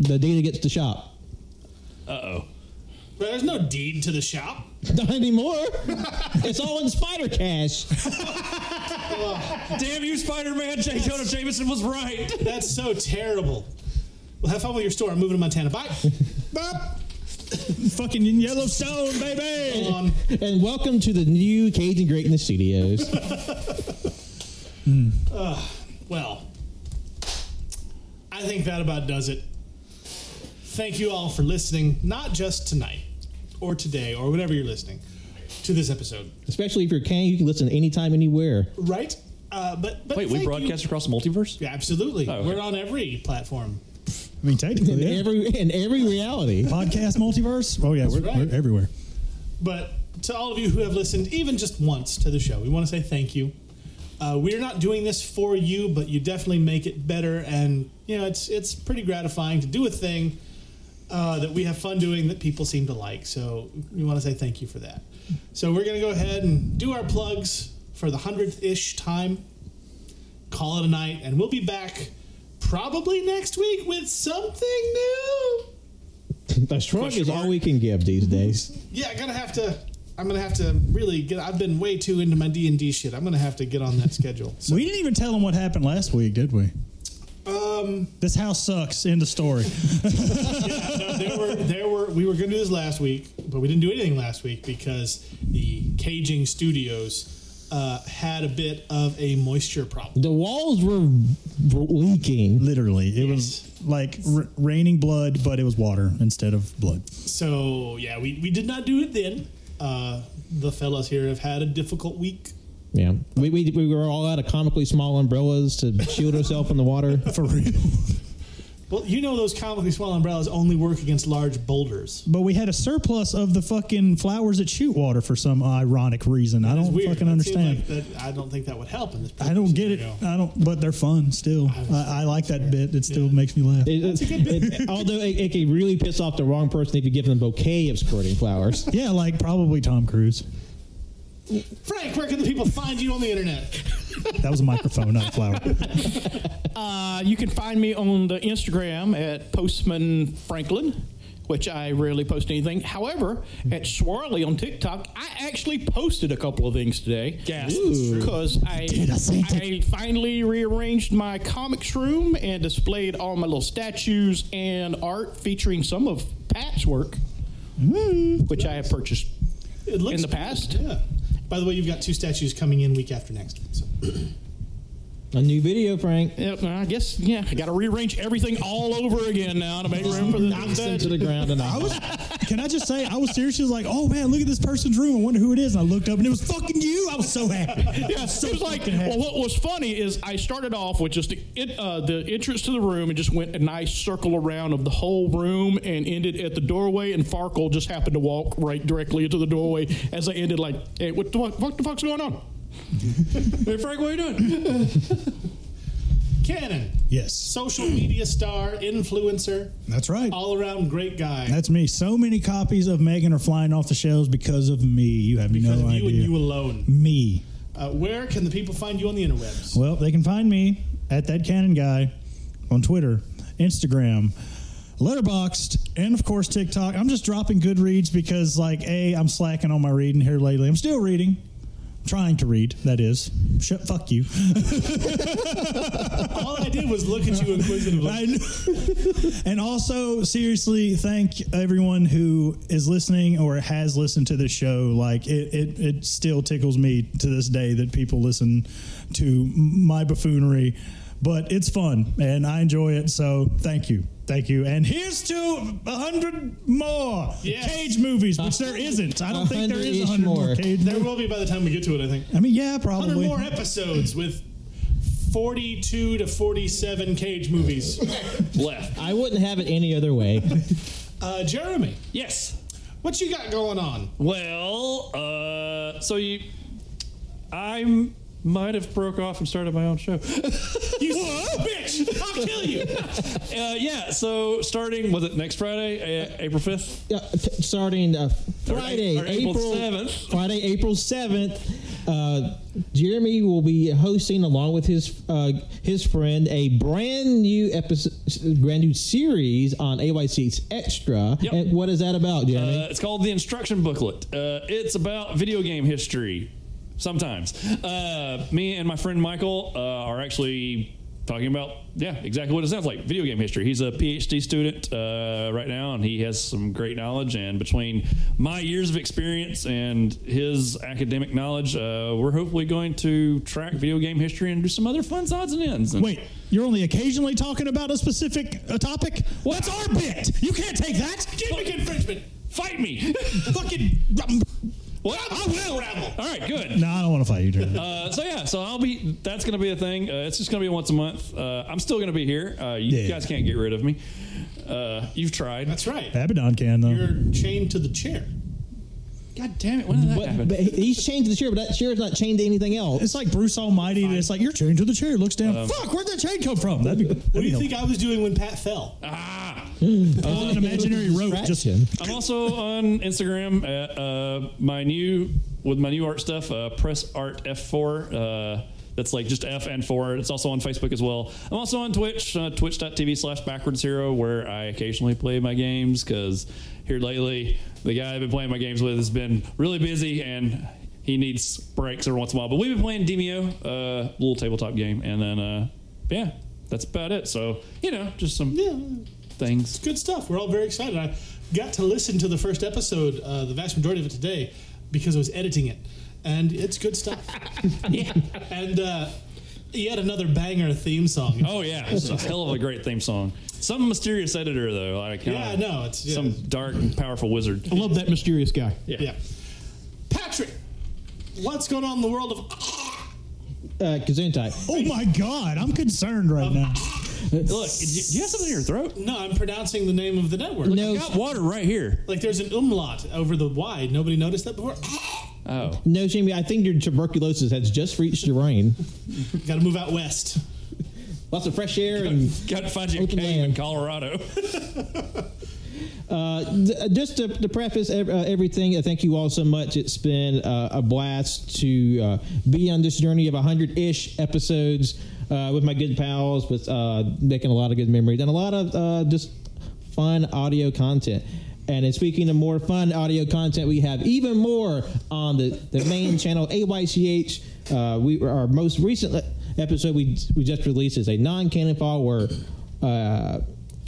[SPEAKER 7] the deed against the shop.
[SPEAKER 4] Uh oh.
[SPEAKER 8] But there's no deed to the shop.
[SPEAKER 7] Not anymore. it's all in spider cash.
[SPEAKER 4] Damn you, Spider Man! J. Jonah Jameson was right.
[SPEAKER 8] That's so terrible. Well, have fun with your store. I'm moving to Montana. Bye.
[SPEAKER 5] Bop. Fucking Yellowstone, baby.
[SPEAKER 8] Um,
[SPEAKER 7] And welcome to the new Cajun Greatness Studios.
[SPEAKER 8] Well, I think that about does it. Thank you all for listening, not just tonight or today or whenever you're listening to this episode,
[SPEAKER 7] Especially if you're Kang, you can listen anytime, anywhere.
[SPEAKER 8] right? Uh, but, but
[SPEAKER 4] Wait,
[SPEAKER 8] thank
[SPEAKER 4] we
[SPEAKER 8] you-
[SPEAKER 4] broadcast across the multiverse?
[SPEAKER 8] Yeah, absolutely.
[SPEAKER 4] Oh, okay.
[SPEAKER 8] We're on every platform.
[SPEAKER 5] I mean,
[SPEAKER 7] In
[SPEAKER 5] technically, yeah.
[SPEAKER 7] every in every reality.
[SPEAKER 5] podcast multiverse. Oh yeah, we're,
[SPEAKER 8] right.
[SPEAKER 5] we're everywhere.
[SPEAKER 8] But to all of you who have listened, even just once to the show, we want to say thank you. Uh, we're not doing this for you, but you definitely make it better, and you know it's it's pretty gratifying to do a thing uh, that we have fun doing that people seem to like. So we want to say thank you for that. So we're gonna go ahead and do our plugs for the hundredth ish time. Call it a night, and we'll be back probably next week with something new.
[SPEAKER 7] A shrug is all we can give these days.
[SPEAKER 8] Yeah, I'm gonna have to. I'm gonna have to really get. I've been way too into my D and D shit. I'm gonna have to get on that schedule. So,
[SPEAKER 5] We didn't even tell them what happened last week, did we?
[SPEAKER 8] um,
[SPEAKER 5] This house sucks. End of story.
[SPEAKER 8] no, there were there were we were gonna do this last week, but we didn't do anything last week because the caging studios uh, had a bit of a moisture problem.
[SPEAKER 7] The walls were b- leaking.
[SPEAKER 5] Literally, it was like r- raining blood, but it was water instead of blood.
[SPEAKER 8] So yeah, we, we did not do it then. Uh, the fellas here have had a difficult week.
[SPEAKER 7] Yeah, we, we, we were all out of comically small umbrellas to shield ourselves from the water.
[SPEAKER 5] For real.
[SPEAKER 8] Well, you know those comically small umbrellas only work against large boulders.
[SPEAKER 5] But we had a surplus of the fucking flowers that shoot water for some ironic reason. I
[SPEAKER 8] It's
[SPEAKER 5] don't
[SPEAKER 8] weird.
[SPEAKER 5] fucking
[SPEAKER 8] It seems
[SPEAKER 5] understand.
[SPEAKER 8] like that- I don't think that would help in this.
[SPEAKER 5] I don't get it.
[SPEAKER 8] scenario.
[SPEAKER 5] I don't. But they're fun still. I, I like that bit. It still makes me laugh.
[SPEAKER 7] It, it- although it, it can really piss off the wrong person if you give them a bouquet of squirting flowers.
[SPEAKER 5] Yeah, like probably Tom Cruise.
[SPEAKER 8] Frank, where can the people find you on the internet?
[SPEAKER 5] That was a microphone, not a flower.
[SPEAKER 10] Uh, you can find me on the Instagram at Postman Franklin, which I rarely post anything. However, at Swirly on TikTok, I actually posted a couple of things today. Yes, because I
[SPEAKER 5] I see that.
[SPEAKER 10] I finally rearranged my comics room and displayed all my little statues and art featuring some of Pat's work, which I have purchased
[SPEAKER 8] It looks
[SPEAKER 10] in the past.
[SPEAKER 8] Yeah. By the way, you've got two statues coming in week after next. So.
[SPEAKER 7] A new video, Frank.
[SPEAKER 10] Yep, I guess yeah. I got to rearrange everything all over again now to make room for the.
[SPEAKER 7] Knocks them to the ground and I
[SPEAKER 5] I was Can I just say, I was seriously like, oh man, look at this person's room. I wonder who it is. And I looked up and it was fucking you. I was so happy.
[SPEAKER 6] Yeah,
[SPEAKER 5] so
[SPEAKER 6] it was like.
[SPEAKER 5] fucking happy.
[SPEAKER 6] Well, what was funny is I started off with just the, it, uh, the entrance to the room and just went a nice circle around of the whole room and ended at the doorway. And Farkle just happened to walk right directly into the doorway as I ended. Like, hey, what the, fuck- what the fuck's going on?
[SPEAKER 4] hey, Frank, what are you doing?
[SPEAKER 8] Cannon,
[SPEAKER 5] yes,
[SPEAKER 8] social media star, influencer,
[SPEAKER 5] that's right.
[SPEAKER 8] all around great guy.
[SPEAKER 5] That's me. So many copies of Megan are flying off the shelves because of me. You have
[SPEAKER 8] because
[SPEAKER 5] no
[SPEAKER 8] of
[SPEAKER 5] idea.
[SPEAKER 8] you and you alone.
[SPEAKER 5] me.
[SPEAKER 8] Uh, where can the people find you on the interwebs?
[SPEAKER 5] Well, they can find me at that Cannon guy on Twitter, Instagram, Letterboxed, and of course TikTok. I'm just dropping good reads because, like, a I'm slacking on my reading here lately. I'm still reading, trying to read. That is, shut fuck you.
[SPEAKER 8] All I did was look at you inquisitively.
[SPEAKER 5] I know. and also, seriously, thank everyone who is listening or has listened to this show. Like it, it, it still tickles me to this day that people listen to my buffoonery, but it's fun and I enjoy it. So thank you, thank you. And here's to a hundred more
[SPEAKER 8] Yes.
[SPEAKER 5] cage movies, which there isn't. I don't think there is a
[SPEAKER 7] 100-ish
[SPEAKER 5] hundred more.
[SPEAKER 7] more.
[SPEAKER 5] cage.
[SPEAKER 8] There will be by the time we get to it, I think.
[SPEAKER 5] I mean, yeah,
[SPEAKER 8] 100
[SPEAKER 5] probably.
[SPEAKER 8] more episodes with 42 to 47 Cage movies.
[SPEAKER 4] Left.
[SPEAKER 7] I wouldn't have it any other way.
[SPEAKER 8] Uh, Jeremy,
[SPEAKER 4] Yes.
[SPEAKER 8] what you got going on?
[SPEAKER 4] Well, uh, so you, I might have broke off and started my own show.
[SPEAKER 8] You bitch! I'll kill you!
[SPEAKER 4] Uh, yeah. So starting was it next Friday, uh, April fifth?
[SPEAKER 7] Yeah, t- starting uh, Friday,
[SPEAKER 4] or April
[SPEAKER 7] April,
[SPEAKER 4] 7th.
[SPEAKER 7] Friday, April seventh. Uh, Jeremy will be hosting, along with his uh, his friend, a brand new episode, brand new series on AYC's Extra.
[SPEAKER 4] Yep.
[SPEAKER 7] And what is that about, Jeremy?
[SPEAKER 4] Uh, it's called the instruction booklet. Uh, it's about video game history. Sometimes, uh, me and my friend Michael uh, are actually talking about yeah, exactly what it sounds like. Video game history. He's a PhD student uh, right now, and he has some great knowledge. And between my years of experience and his academic knowledge, uh, we're hopefully going to track video game history and do some other fun odds and ends. And-
[SPEAKER 5] Wait, you're only occasionally talking about a specific uh topic? What's our bit? You can't take that.
[SPEAKER 8] Gimmick infringement!
[SPEAKER 4] fight me!
[SPEAKER 5] fucking.
[SPEAKER 4] what?
[SPEAKER 8] I will rabble!
[SPEAKER 4] All right, good.
[SPEAKER 5] No, I don't want to fight you, Jeremy.
[SPEAKER 4] Uh, so yeah, so I'll be. That's gonna be a thing. Uh, it's just gonna be once a month. Uh, I'm still gonna be here. Uh, you
[SPEAKER 5] Yeah.
[SPEAKER 4] guys can't get rid of me. Uh, you've tried.
[SPEAKER 8] That's right.
[SPEAKER 5] Abaddon can though.
[SPEAKER 8] You're chained to the chair.
[SPEAKER 4] God damn it! When did that
[SPEAKER 7] but,
[SPEAKER 4] happen?
[SPEAKER 7] but he- he's changed the chair, but that chair is not chained to anything else.
[SPEAKER 5] it's like Bruce Almighty. It's like you're chained to the chair. Looks down. Fuck, where'd that chain come from? That'd be.
[SPEAKER 8] Um, What do you think I was doing when Pat fell?
[SPEAKER 4] ah.
[SPEAKER 5] an imaginary rope? Just
[SPEAKER 7] Distraction.
[SPEAKER 4] I'm also on Instagram at uh, my new with my new art stuff. Uh, Press Art F4. Uh, that's like just F and four. It's also on Facebook as well. I'm also on Twitch, uh, twitch.tv slash backwards hero, where I occasionally play my games because here lately, the guy I've been playing my games with has been really busy and he needs breaks every once in a while. But we've been playing Demio, uh, little tabletop game. And then, uh, yeah, that's about it. So, you know, just some things.
[SPEAKER 8] Good stuff. We're all very excited. I got to listen to the first episode, uh, the vast majority of it today, because I was editing it, and it's good stuff. yeah. And uh, yet another banger theme song.
[SPEAKER 4] Oh yeah, it's a hell of a great theme song. Some mysterious editor though, like uh,
[SPEAKER 8] Yeah, no, it's yeah.
[SPEAKER 4] some dark and powerful wizard.
[SPEAKER 6] I love that mysterious guy.
[SPEAKER 8] yeah. Patrick, what's going on in the world of?
[SPEAKER 7] Uh, Gesundheit. Uh,
[SPEAKER 5] Oh my God, I'm concerned right now.
[SPEAKER 4] Look, do you do you have something in your throat?
[SPEAKER 8] No, I'm pronouncing the name of the network.
[SPEAKER 4] I got water right here.
[SPEAKER 8] Like there's an umlaut over the Y. Nobody noticed that before.
[SPEAKER 4] Oh,
[SPEAKER 7] No, Jamie, I think your tuberculosis has just reached your brain.
[SPEAKER 8] Got to move out west.
[SPEAKER 7] Lots of fresh air and
[SPEAKER 4] got to find you a
[SPEAKER 7] Open
[SPEAKER 4] cave in
[SPEAKER 7] land.
[SPEAKER 4] Colorado.
[SPEAKER 7] Uh, th- just to, to preface ev- uh, everything, uh, thank you all so much. It's been uh, a blast to uh, be on this journey of 100 ish episodes uh, with my good pals, with uh, making a lot of good memories and a lot of uh, just fun audio content. And then speaking of more fun audio content, we have even more on the, the main channel, AYCH. Uh, we Our most recent le- episode we, we just released is a non canon fall where. Uh,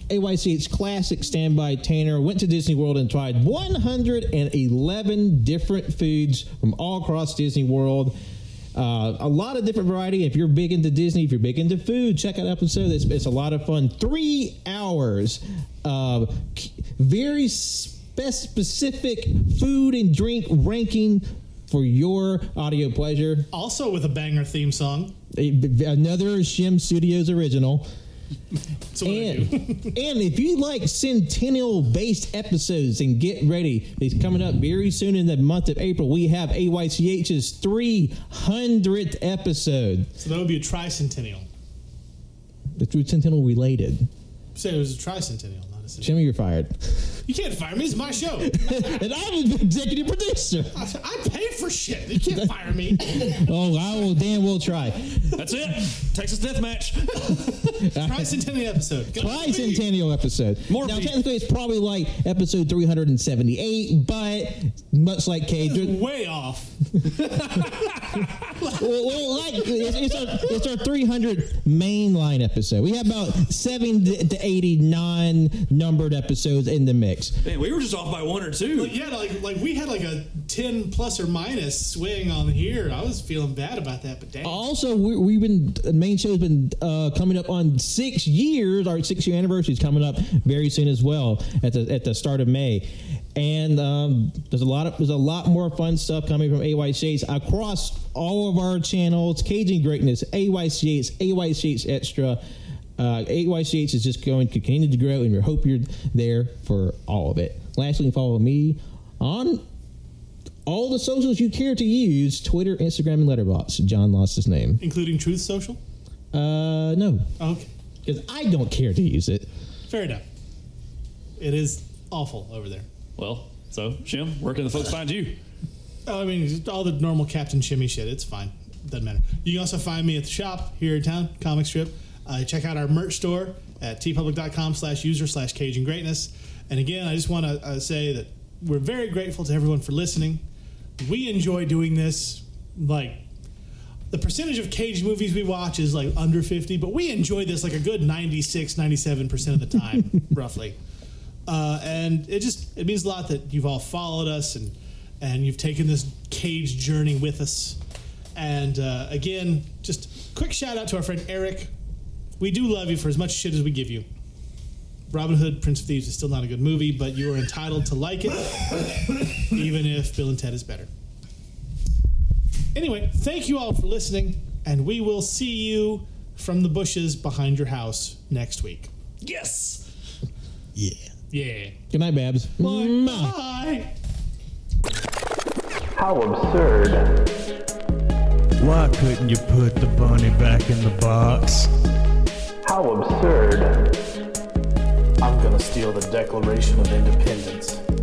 [SPEAKER 7] AYC's classic standby Tanner went to Disney World and tried 111 different foods from all across Disney World. Uh, a lot of different variety. If you're big into Disney, if you're big into food, check out episode. It's, it's a lot of fun. Three hours of c- very s- best specific food and drink ranking for your audio pleasure.
[SPEAKER 8] Also with a banger theme song.
[SPEAKER 7] Another Shim Studios original.
[SPEAKER 8] what I
[SPEAKER 7] and, and if you like centennial based episodes, then get ready. It's coming up very soon in the month of April. We have AYCH's 300th episode.
[SPEAKER 8] So that would be a tricentennial.
[SPEAKER 7] The true centennial related.
[SPEAKER 8] Say it was a tricentennial, not a centennial.
[SPEAKER 7] Jimmy, you're fired.
[SPEAKER 8] You can't fire me. It's my show.
[SPEAKER 7] and I'm the executive producer.
[SPEAKER 8] I, I paid for shit. You can't fire me.
[SPEAKER 7] Oh, I will. Dan will try.
[SPEAKER 12] That's it. Texas Death Match.
[SPEAKER 8] Tricentennial episode. Go.
[SPEAKER 7] Tricentennial episode.
[SPEAKER 12] More
[SPEAKER 7] now,
[SPEAKER 12] beef.
[SPEAKER 7] technically, it's probably like episode 378, but much like Cage,
[SPEAKER 8] It's Way off.
[SPEAKER 7] well, well, like it's, it's our it's our 300 mainline episode. We have about seven to to 80 non-numbered episodes in the mix.
[SPEAKER 12] Man, we were just off by one or two.
[SPEAKER 8] But yeah, like like we had like a ten plus or minus swing on here. I was feeling bad about that, but damn.
[SPEAKER 7] Also, we, we've been the main show's been uh, coming up on six years. Our six year anniversary is coming up very soon as well at the at the start of May, and um, there's a lot of there's a lot more fun stuff coming from AY Shades across all of our channels. Cajun Greatness, AY Shades, AY Shades Extra. Uh, AYCH is just going to continue to grow, and we hope you're there for all of it. Lastly, follow me on all the socials you care to use Twitter, Instagram, and Letterboxd. John lost his name.
[SPEAKER 8] Including Truth Social?
[SPEAKER 7] Uh, no,
[SPEAKER 8] Okay.
[SPEAKER 7] because I don't care to use it.
[SPEAKER 8] Fair enough. It is awful over there.
[SPEAKER 4] Well, so Shim, where can the folks find you?
[SPEAKER 8] Oh, I mean, just all the normal Captain Shimmy shit. It's fine. Doesn't matter. You can also find me at the shop here in town, Comic Strip. Uh, check out our merch store at tpublic.com slash user slash Cajun Greatness. And again, I just want to uh, say that we're very grateful to everyone for listening. We enjoy doing this. Like, the percentage of Cage movies we watch is like under 50, but we enjoy this like a good 96, 97% of the time, roughly. Uh, and it just it means a lot that you've all followed us and and you've taken this Cage journey with us. And uh, again, just quick shout out to our friend Eric. We do love you for as much shit as we give you. Robin Hood, Prince of Thieves is still not a good movie, but you are entitled to like it, even if Bill and Ted is better. Anyway, thank you all for listening, and we will see you from the bushes behind your house next week.
[SPEAKER 12] Yes.
[SPEAKER 8] Yeah.
[SPEAKER 7] Good night, Babs. Mwah.
[SPEAKER 8] Bye.
[SPEAKER 13] How absurd.
[SPEAKER 14] Why couldn't you put the bunny back in the box?
[SPEAKER 13] How absurd.
[SPEAKER 15] I'm gonna steal the Declaration of Independence.